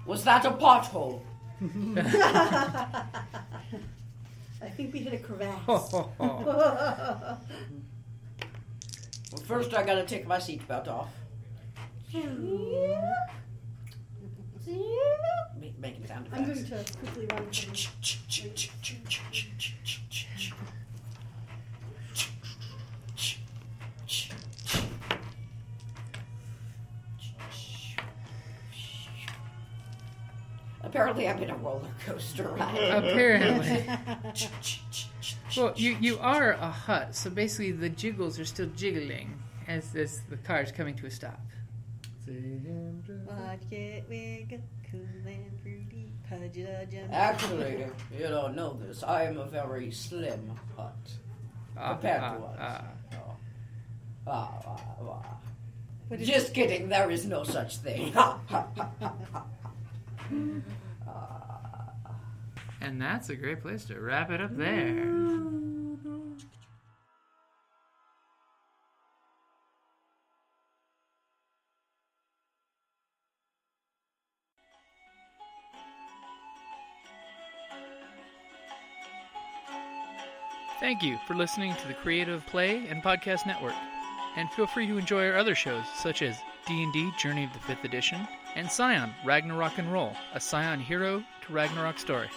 S5: Was that a pothole?
S7: I think we hit a crevasse.
S10: Oh.
S5: Well, first I gotta take my seatbelt off. Make, making sound
S7: I'm
S5: effects.
S7: going to quickly run.
S5: Apparently, I'm in a roller coaster ride.
S7: Uh-huh.
S4: Apparently. Well, you, you are a hut, so basically the jiggles are still jiggling as this the car is coming to a stop.
S13: Watch it wiggle, cool and fruity, pudgy dudgy.
S5: Actually, you don't know this. I am a very slim hut
S4: Ah,
S5: compared
S4: ah,
S5: to us.
S4: ah.
S5: Oh. Ah, ah, ah.
S13: What is-
S5: Just kidding. There is no such thing.
S4: And that's a great place to wrap it up there. Thank you for listening to the Creative Play and Podcast Network. And feel free to enjoy our other shows such as D&D Journey of the 5th Edition and Scion Ragnarok and Roll, a Scion hero to Ragnarok story.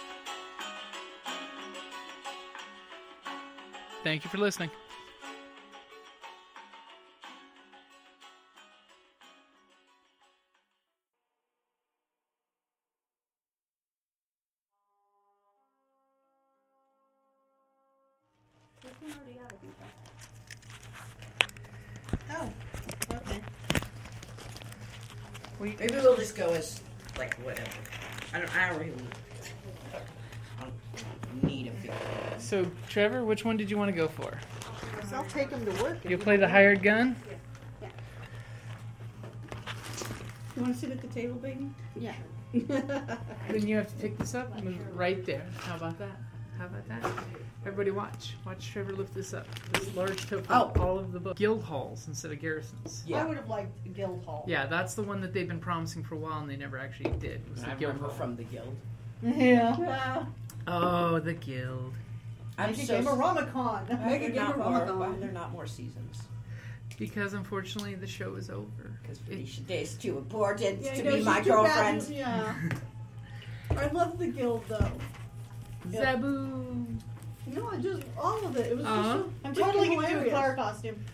S4: Thank you for listening.
S15: Oh, okay.
S5: Maybe we'll just go as like whatever. I don't. I don't really. I don't need a big.
S4: So, Trevor, which one did you want to go for?
S13: I'll take him to work. if
S4: You
S13: he
S4: play the
S13: doesn't-
S4: hired gun?
S7: You want to sit at the table, Bing? Yeah.
S4: Then you have to pick this up and move it right there. How about that? How about that? Everybody watch. Watch Trevor lift this up. This large token oh. all of the book. Guild halls instead of garrisons.
S7: I would have liked Guildhall.
S4: Yeah, that's the one that they've been promising for a while and they never actually did. Was the
S5: I
S4: guild
S5: remember
S4: hall.
S5: from the guild.
S7: Yeah.
S4: Oh, the guild.
S5: I'm
S13: Make a
S5: so
S13: game of
S5: s-
S13: Romicon.
S5: Why
S13: Make a
S5: are there
S13: game
S5: not
S13: of
S5: more-
S13: Romicon.
S5: Why are there not more seasons?
S4: Because unfortunately the show is over.
S5: Because Felicia Day's too important
S7: Yeah,
S5: to
S7: no,
S5: be
S7: she's
S5: my
S7: too bad.
S5: girlfriend.
S7: Yeah. I love the guild though.
S4: Zabu.
S7: No, I just all of it. It was
S4: Uh-huh.
S7: just.
S13: I'm totally
S7: freaking
S13: going to do a
S7: hilarious.
S13: flower costume.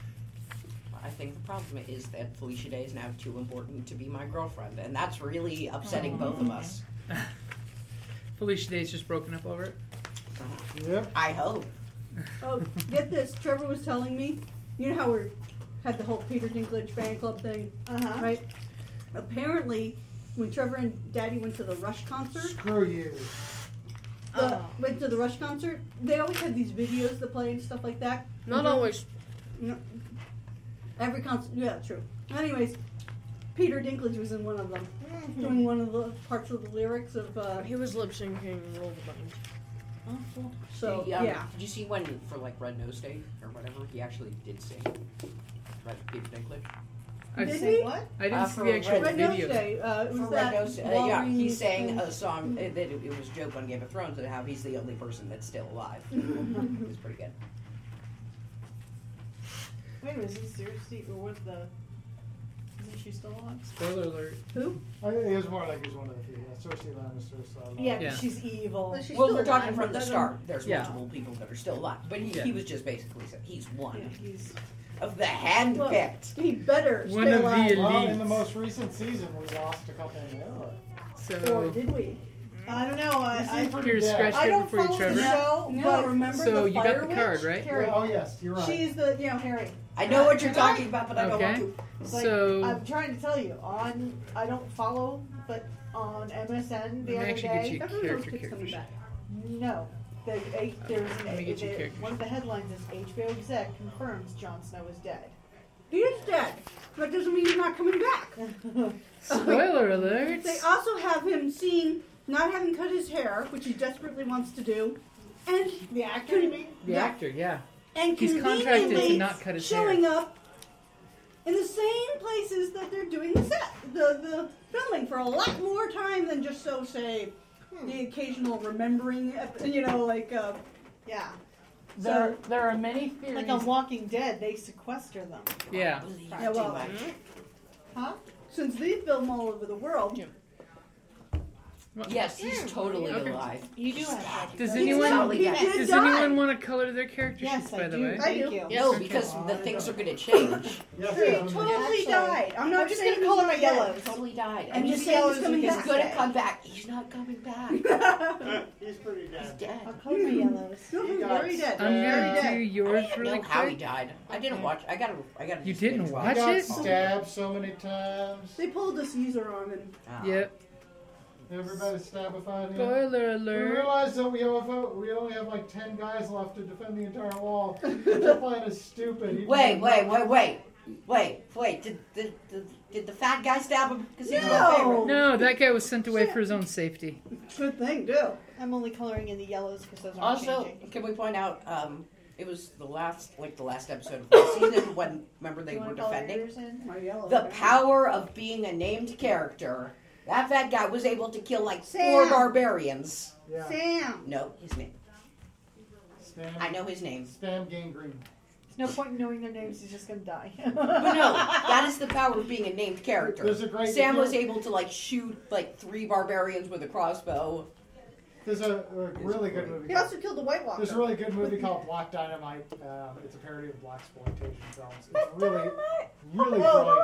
S5: I think the problem is that Felicia Day is now too important to be my girlfriend, and that's really upsetting both of us.
S4: Felicia Day's just broken up over it.
S5: I hope.
S7: Oh, get this. Trevor was telling me, you know how we had the whole Peter Dinklage fan club thing,
S13: Uh-huh.
S7: right? Apparently, when Trevor and Daddy went to the Rush concert,
S10: Screw you.
S7: the,
S5: Oh.
S7: went to the Rush concert, they always had these videos to play and stuff like that.
S12: Not
S7: Mhm.
S12: always.
S7: No. Every concert, yeah, true. Anyways, Peter Dinklage was in one of them,
S5: Hmm.
S7: doing one of the parts of the lyrics of. Uh,
S12: He was lip syncing Roll the Bunny.
S7: so
S5: Yeah,
S7: yeah,
S5: Did you see when for like Red Nose Day or whatever? He actually did sing. Right, Peter Dinklage.
S4: I
S7: Did
S4: s-
S7: he?
S13: What?
S4: I didn't
S5: Uh,
S4: see
S5: for
S4: the actual
S7: Red Nose
S4: video.
S7: Day. Uh, it
S5: For
S7: was
S5: Red
S7: that
S5: Nose, uh, yeah, he
S7: Walgreens
S5: sang
S7: thing.
S5: a song uh, that it, it was a joke on Game of Thrones and how he's the only person that's still alive. it was pretty good.
S13: Wait,
S7: Mm-hmm.
S13: was he seriously, or was the, isn't she still alive?
S4: Spoiler alert.
S7: Who?
S10: I think it Oh, was more like he's one of the few. Yeah, Cersei Lannister. So uh,
S13: Yeah,
S4: Yeah.
S13: she's evil.
S7: Well, she's
S5: well,
S7: still
S5: we're talking
S7: alive,
S5: from
S7: but
S5: the
S7: that
S5: start. There's
S4: Yeah.
S5: multiple people that are still alive, but he,
S4: Yeah.
S5: he was just basically sa- he's one
S13: Yeah, he's,
S5: of the
S7: Well,
S5: handpicked.
S7: He better
S4: One
S7: stay
S4: of the
S7: alive.
S4: elite.
S10: Well, in the most recent season, we lost a couple in the era.
S7: Or
S4: So
S7: did we?
S4: Mm-hmm.
S13: I don't know. I, I,
S4: Here, scratch
S13: I
S4: that
S13: don't
S4: before you,
S13: follow
S4: Trevor.
S13: the show.
S7: No,
S13: but
S7: remember
S4: So
S7: the
S4: you got the
S7: fire
S4: card,
S7: witch?
S4: right?
S7: Carrie.
S4: Oh,
S10: yes, you're right.
S13: She's the you know Harry.
S5: I know what you're talking about, but I don't
S4: Okay.
S5: want to.
S13: It's like,
S4: So
S13: I'm trying to tell you on. I don't follow, but on MSN the
S4: Let me
S13: other
S4: actually
S13: day.
S4: get you a character character sheet.
S13: No. The, a, there's an,
S4: Let me get you
S13: the-
S4: character
S13: one of the headlines is HBO exec confirms Jon Snow is dead.
S7: He is dead. That doesn't mean he's not coming back.
S4: Spoiler alert.
S7: They also have him seen not having cut his hair, which he desperately wants to do, and
S13: the actor, you mean?
S4: The actor, yeah.
S7: and
S4: He's contracted to
S7: conveniently
S4: not cut his hair.
S7: showing up in the same places that they're doing the set, the, the filming for a lot more time than just so say
S13: Hmm.
S7: the occasional remembering, ep- you know, like uh,
S13: Yeah.
S7: There-
S13: there are many theories. Like on Walking Dead, they sequester them.
S4: Yeah.
S7: yeah, well, hmm?
S13: Huh?
S7: since they film all over the world,
S5: Yes, he's totally
S4: Okay.
S5: alive.
S13: You do have to.
S4: Does
S5: He's
S4: anyone
S5: totally dead.
S4: does anyone want to color their character
S13: Yes,
S4: sheets?
S13: I
S4: By the
S13: do.
S4: way,
S13: Thank you.
S5: No, because the things are going to change.
S7: he totally died. I'm not
S13: I'm just
S7: saying
S13: gonna color
S7: he's
S13: my
S7: not
S13: yellows.
S7: dead.
S5: Totally died.
S7: I'm
S5: And
S7: just
S5: he's
S7: saying he's
S13: yellows
S7: coming
S13: because
S7: back.
S5: going to come back. He's not coming back.
S16: He's pretty dead.
S5: Dead.
S13: I'll color
S7: Hmm.
S13: my yellows.
S7: No, he's
S16: got
S7: very dead.
S4: I'm
S7: Very
S4: gonna do
S7: dead.
S4: yours
S5: I
S4: really
S5: know how he
S4: quick.
S5: died. I didn't watch. I gotta. I gotta.
S4: You
S5: just
S4: didn't
S5: binge
S10: I
S4: watch
S10: got
S4: it?
S10: stabbed so many times.
S7: They pulled a Caesar on him.
S5: Ah.
S4: Yep.
S10: Everybody stabbified him.
S4: Spoiler
S10: We
S4: alert.
S10: realized that we only, we only have like 10 guys left to defend the entire wall. The plan is stupid. He
S5: Wait,
S10: didn't-
S5: wait, wait, wait, wait, wait. Did did, did, did the fat guy stab him? Because he's my favorite.
S7: No,
S4: No, that guy was sent away for his own safety.
S7: oh, good thing too.
S13: I'm only coloring in the yellows because those aren't
S5: Also,
S13: changing.
S5: can we point out? Um, it was the last, like the last episode of the season when remember they
S13: You
S5: were
S13: wanna color
S5: defending
S13: yours in?
S7: My yellow.
S5: the power of being a named character. That fat guy was able to kill like four
S7: Sam.
S5: barbarians.
S10: Yeah.
S7: Sam.
S5: No, his name.
S10: Stam,
S5: I know his name.
S10: Stam gangrene.
S13: There's no point in knowing their names. He's just gonna die.
S7: Oh,
S5: But no, that is the power of being a named character.
S10: There's a great-
S5: Sam was able to like shoot like three barbarians with a crossbow.
S10: There's a, a really good movie.
S7: He also killed the White Walker.
S10: There's a really good movie called Black Dynamite. Um, it's a parody of black exploitation films. It's really, really brilliant.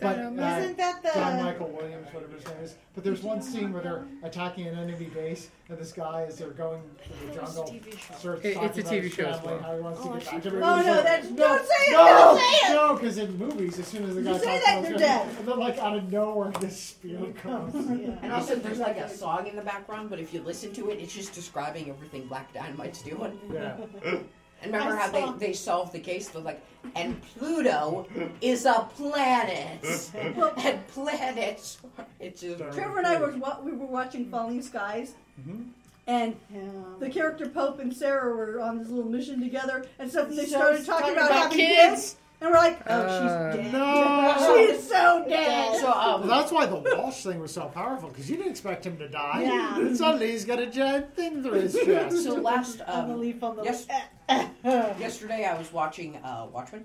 S10: But, uh,
S13: Isn't that the?
S10: John Michael Williams, whatever his name is. But there's one scene where they're attacking an enemy base, and this guy is they're going to the jungle. starts
S4: It- it's
S10: talking
S4: a
S10: about
S4: TV
S10: his
S4: show as
S10: family,
S4: well.
S10: How he wants to get back to
S7: Oh
S10: everybody's
S7: no,
S10: like,
S7: that's
S10: no,
S7: don't say it.
S10: no,
S7: Don't say it.
S10: no, because in movies, as soon as the guy
S7: say
S10: talks
S7: that,
S10: about his
S7: they're
S10: family-
S7: dead.
S10: and then like out of nowhere, this spear comes.
S5: And also, there's like a song in the background, but if you listen to it, it's just describing everything Black Dynamite's doing.
S10: Yeah,
S5: And remember
S13: I
S5: how
S13: saw-
S5: they, they solved the case? They're like, and Pluto is a planet. and planets. It's just.
S7: Trevor and I were wa- we were watching Falling Skies,
S5: Mm-hmm.
S7: and the character Pope and Sarah were on this little mission together, and stuff, and they
S13: So
S7: started
S13: it's
S7: talking
S13: talking
S7: about,
S13: about
S7: having
S13: kids.
S7: kids. and we're like, oh,
S4: Uh,
S7: she's dead.
S10: no.
S7: She is so dead.
S5: So,
S10: Well,
S5: um,
S10: that's why the Walsh thing was so powerful because you didn't expect him to die.
S13: Yeah.
S10: And suddenly he's got a giant thing through his chest.
S5: so last.
S13: I'm gonna
S5: Um,
S13: leave on the
S5: yes,
S13: left.
S5: yesterday I was watching uh, Watchmen.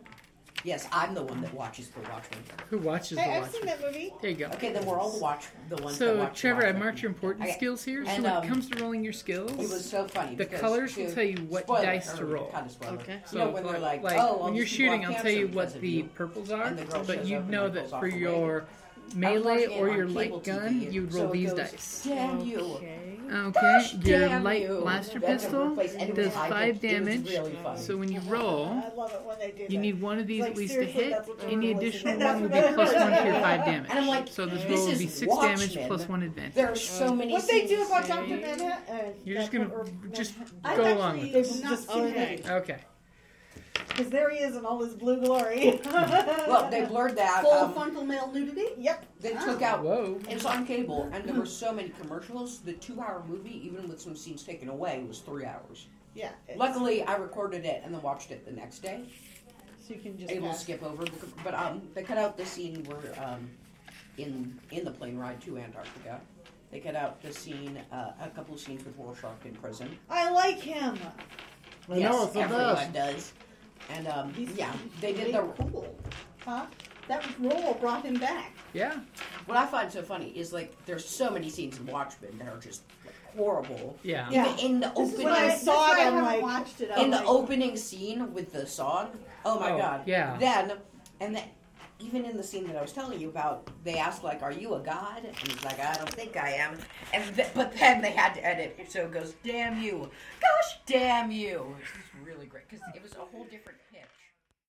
S5: Yes, I'm the one that watches the Watchmen.
S4: Who watches the
S13: Hey, I've seen
S4: Watchmen?
S13: that movie.
S4: There you go.
S5: Okay, then we're all the watch the ones that
S4: So
S5: watch. the
S4: Trevor, I
S5: Watchmen.
S4: marked your important
S5: Okay.
S4: skills here. So
S5: And,
S4: when
S5: um,
S4: it comes to rolling your skills,
S5: It was so funny.
S4: The
S5: because
S4: colors will
S5: to-
S4: tell you what
S5: spoiler,
S4: dice to
S5: or
S4: roll.
S5: Kind of spoiler.
S12: Okay.
S5: So you know, when they're like,
S4: like,
S5: oh,
S4: when you're shooting, I'll tell you what the
S5: you.
S4: purples are,
S5: And the girl
S4: but
S5: shows
S4: you
S5: up and
S4: know
S5: the
S4: that
S5: girl's off
S4: for
S5: the
S4: your
S5: I was
S4: melee
S5: watching it
S4: or
S5: on
S4: your
S5: cable
S4: light gun,
S5: TV,
S4: you'd
S5: so
S4: roll
S5: it
S4: these
S5: goes,
S4: dice.
S5: Damn you!
S12: Okay.
S4: Okay, your
S5: damn
S4: light
S5: you.
S4: blaster
S5: That's a
S4: pistol
S5: replace- and it
S4: does
S5: was- I
S4: five
S5: did- it was
S4: damage.
S5: really fun.
S4: so when you roll,
S13: I love it when they do
S4: you
S13: that.
S4: need one of these
S13: Like,
S4: at least to
S13: seriously,
S4: hit.
S13: that's what they're
S4: Any
S13: really
S4: additional
S13: saying.
S4: one will be plus one to your five damage.
S5: And I'm like,
S4: so this
S5: this
S4: roll will be
S5: is
S4: six damage
S5: Watchmen.
S4: plus one advantage.
S5: There are so many.
S13: What they do
S5: scenes.
S13: about Doctor Manhattan? uh,
S4: You're just
S13: Dr.
S4: gonna
S13: or
S4: just
S13: Manhattan.
S4: go
S13: I've
S4: along
S13: actually
S4: with
S13: not seen
S12: Okay.
S4: Okay.
S13: Because there he is in all his blue glory.
S5: Well, they blurred that.
S7: Full
S5: Um,
S7: frontal male nudity.
S13: yep.
S5: they took out.
S4: Whoa.
S5: It's on cable, and there
S13: Hmm.
S5: were so many commercials. The two-hour movie, even with some scenes taken away, was three hours.
S13: Yeah. it's-
S5: Luckily, I recorded it and then watched it the next day.
S13: so you can just
S5: able to
S13: pass.
S5: skip over, the- but um, they cut out the scene where um, in in the plane ride to Antarctica, they cut out the scene, uh, a couple of scenes with Rorschach in prison.
S13: I like him.
S10: I
S5: yes,
S10: know it's the
S5: everyone
S10: best.
S5: does. And um,
S13: He's-
S5: yeah, they
S13: really
S5: did the.
S13: cool. Huh?
S7: That role brought him back.
S4: Yeah.
S5: What I find so funny is like there's so many scenes in Watchmen that are just like, horrible.
S4: Yeah.
S13: Yeah.
S5: Even in the
S13: This is
S5: opening,
S13: what I
S7: That's
S13: saw
S7: why
S13: it,
S7: I
S13: I'm
S7: haven't
S13: like-
S7: watched it. I'm
S5: in the
S7: like,
S5: opening scene with the song. Oh my
S4: Oh,
S5: god.
S4: yeah.
S5: Then and then even in the scene that I was telling you about, they asked like, "Are you a god?" And he's like, "I don't think I am." And th- but then they had to edit, so it goes, "Damn you, gosh, damn you." This is really great because it was a whole different pitch.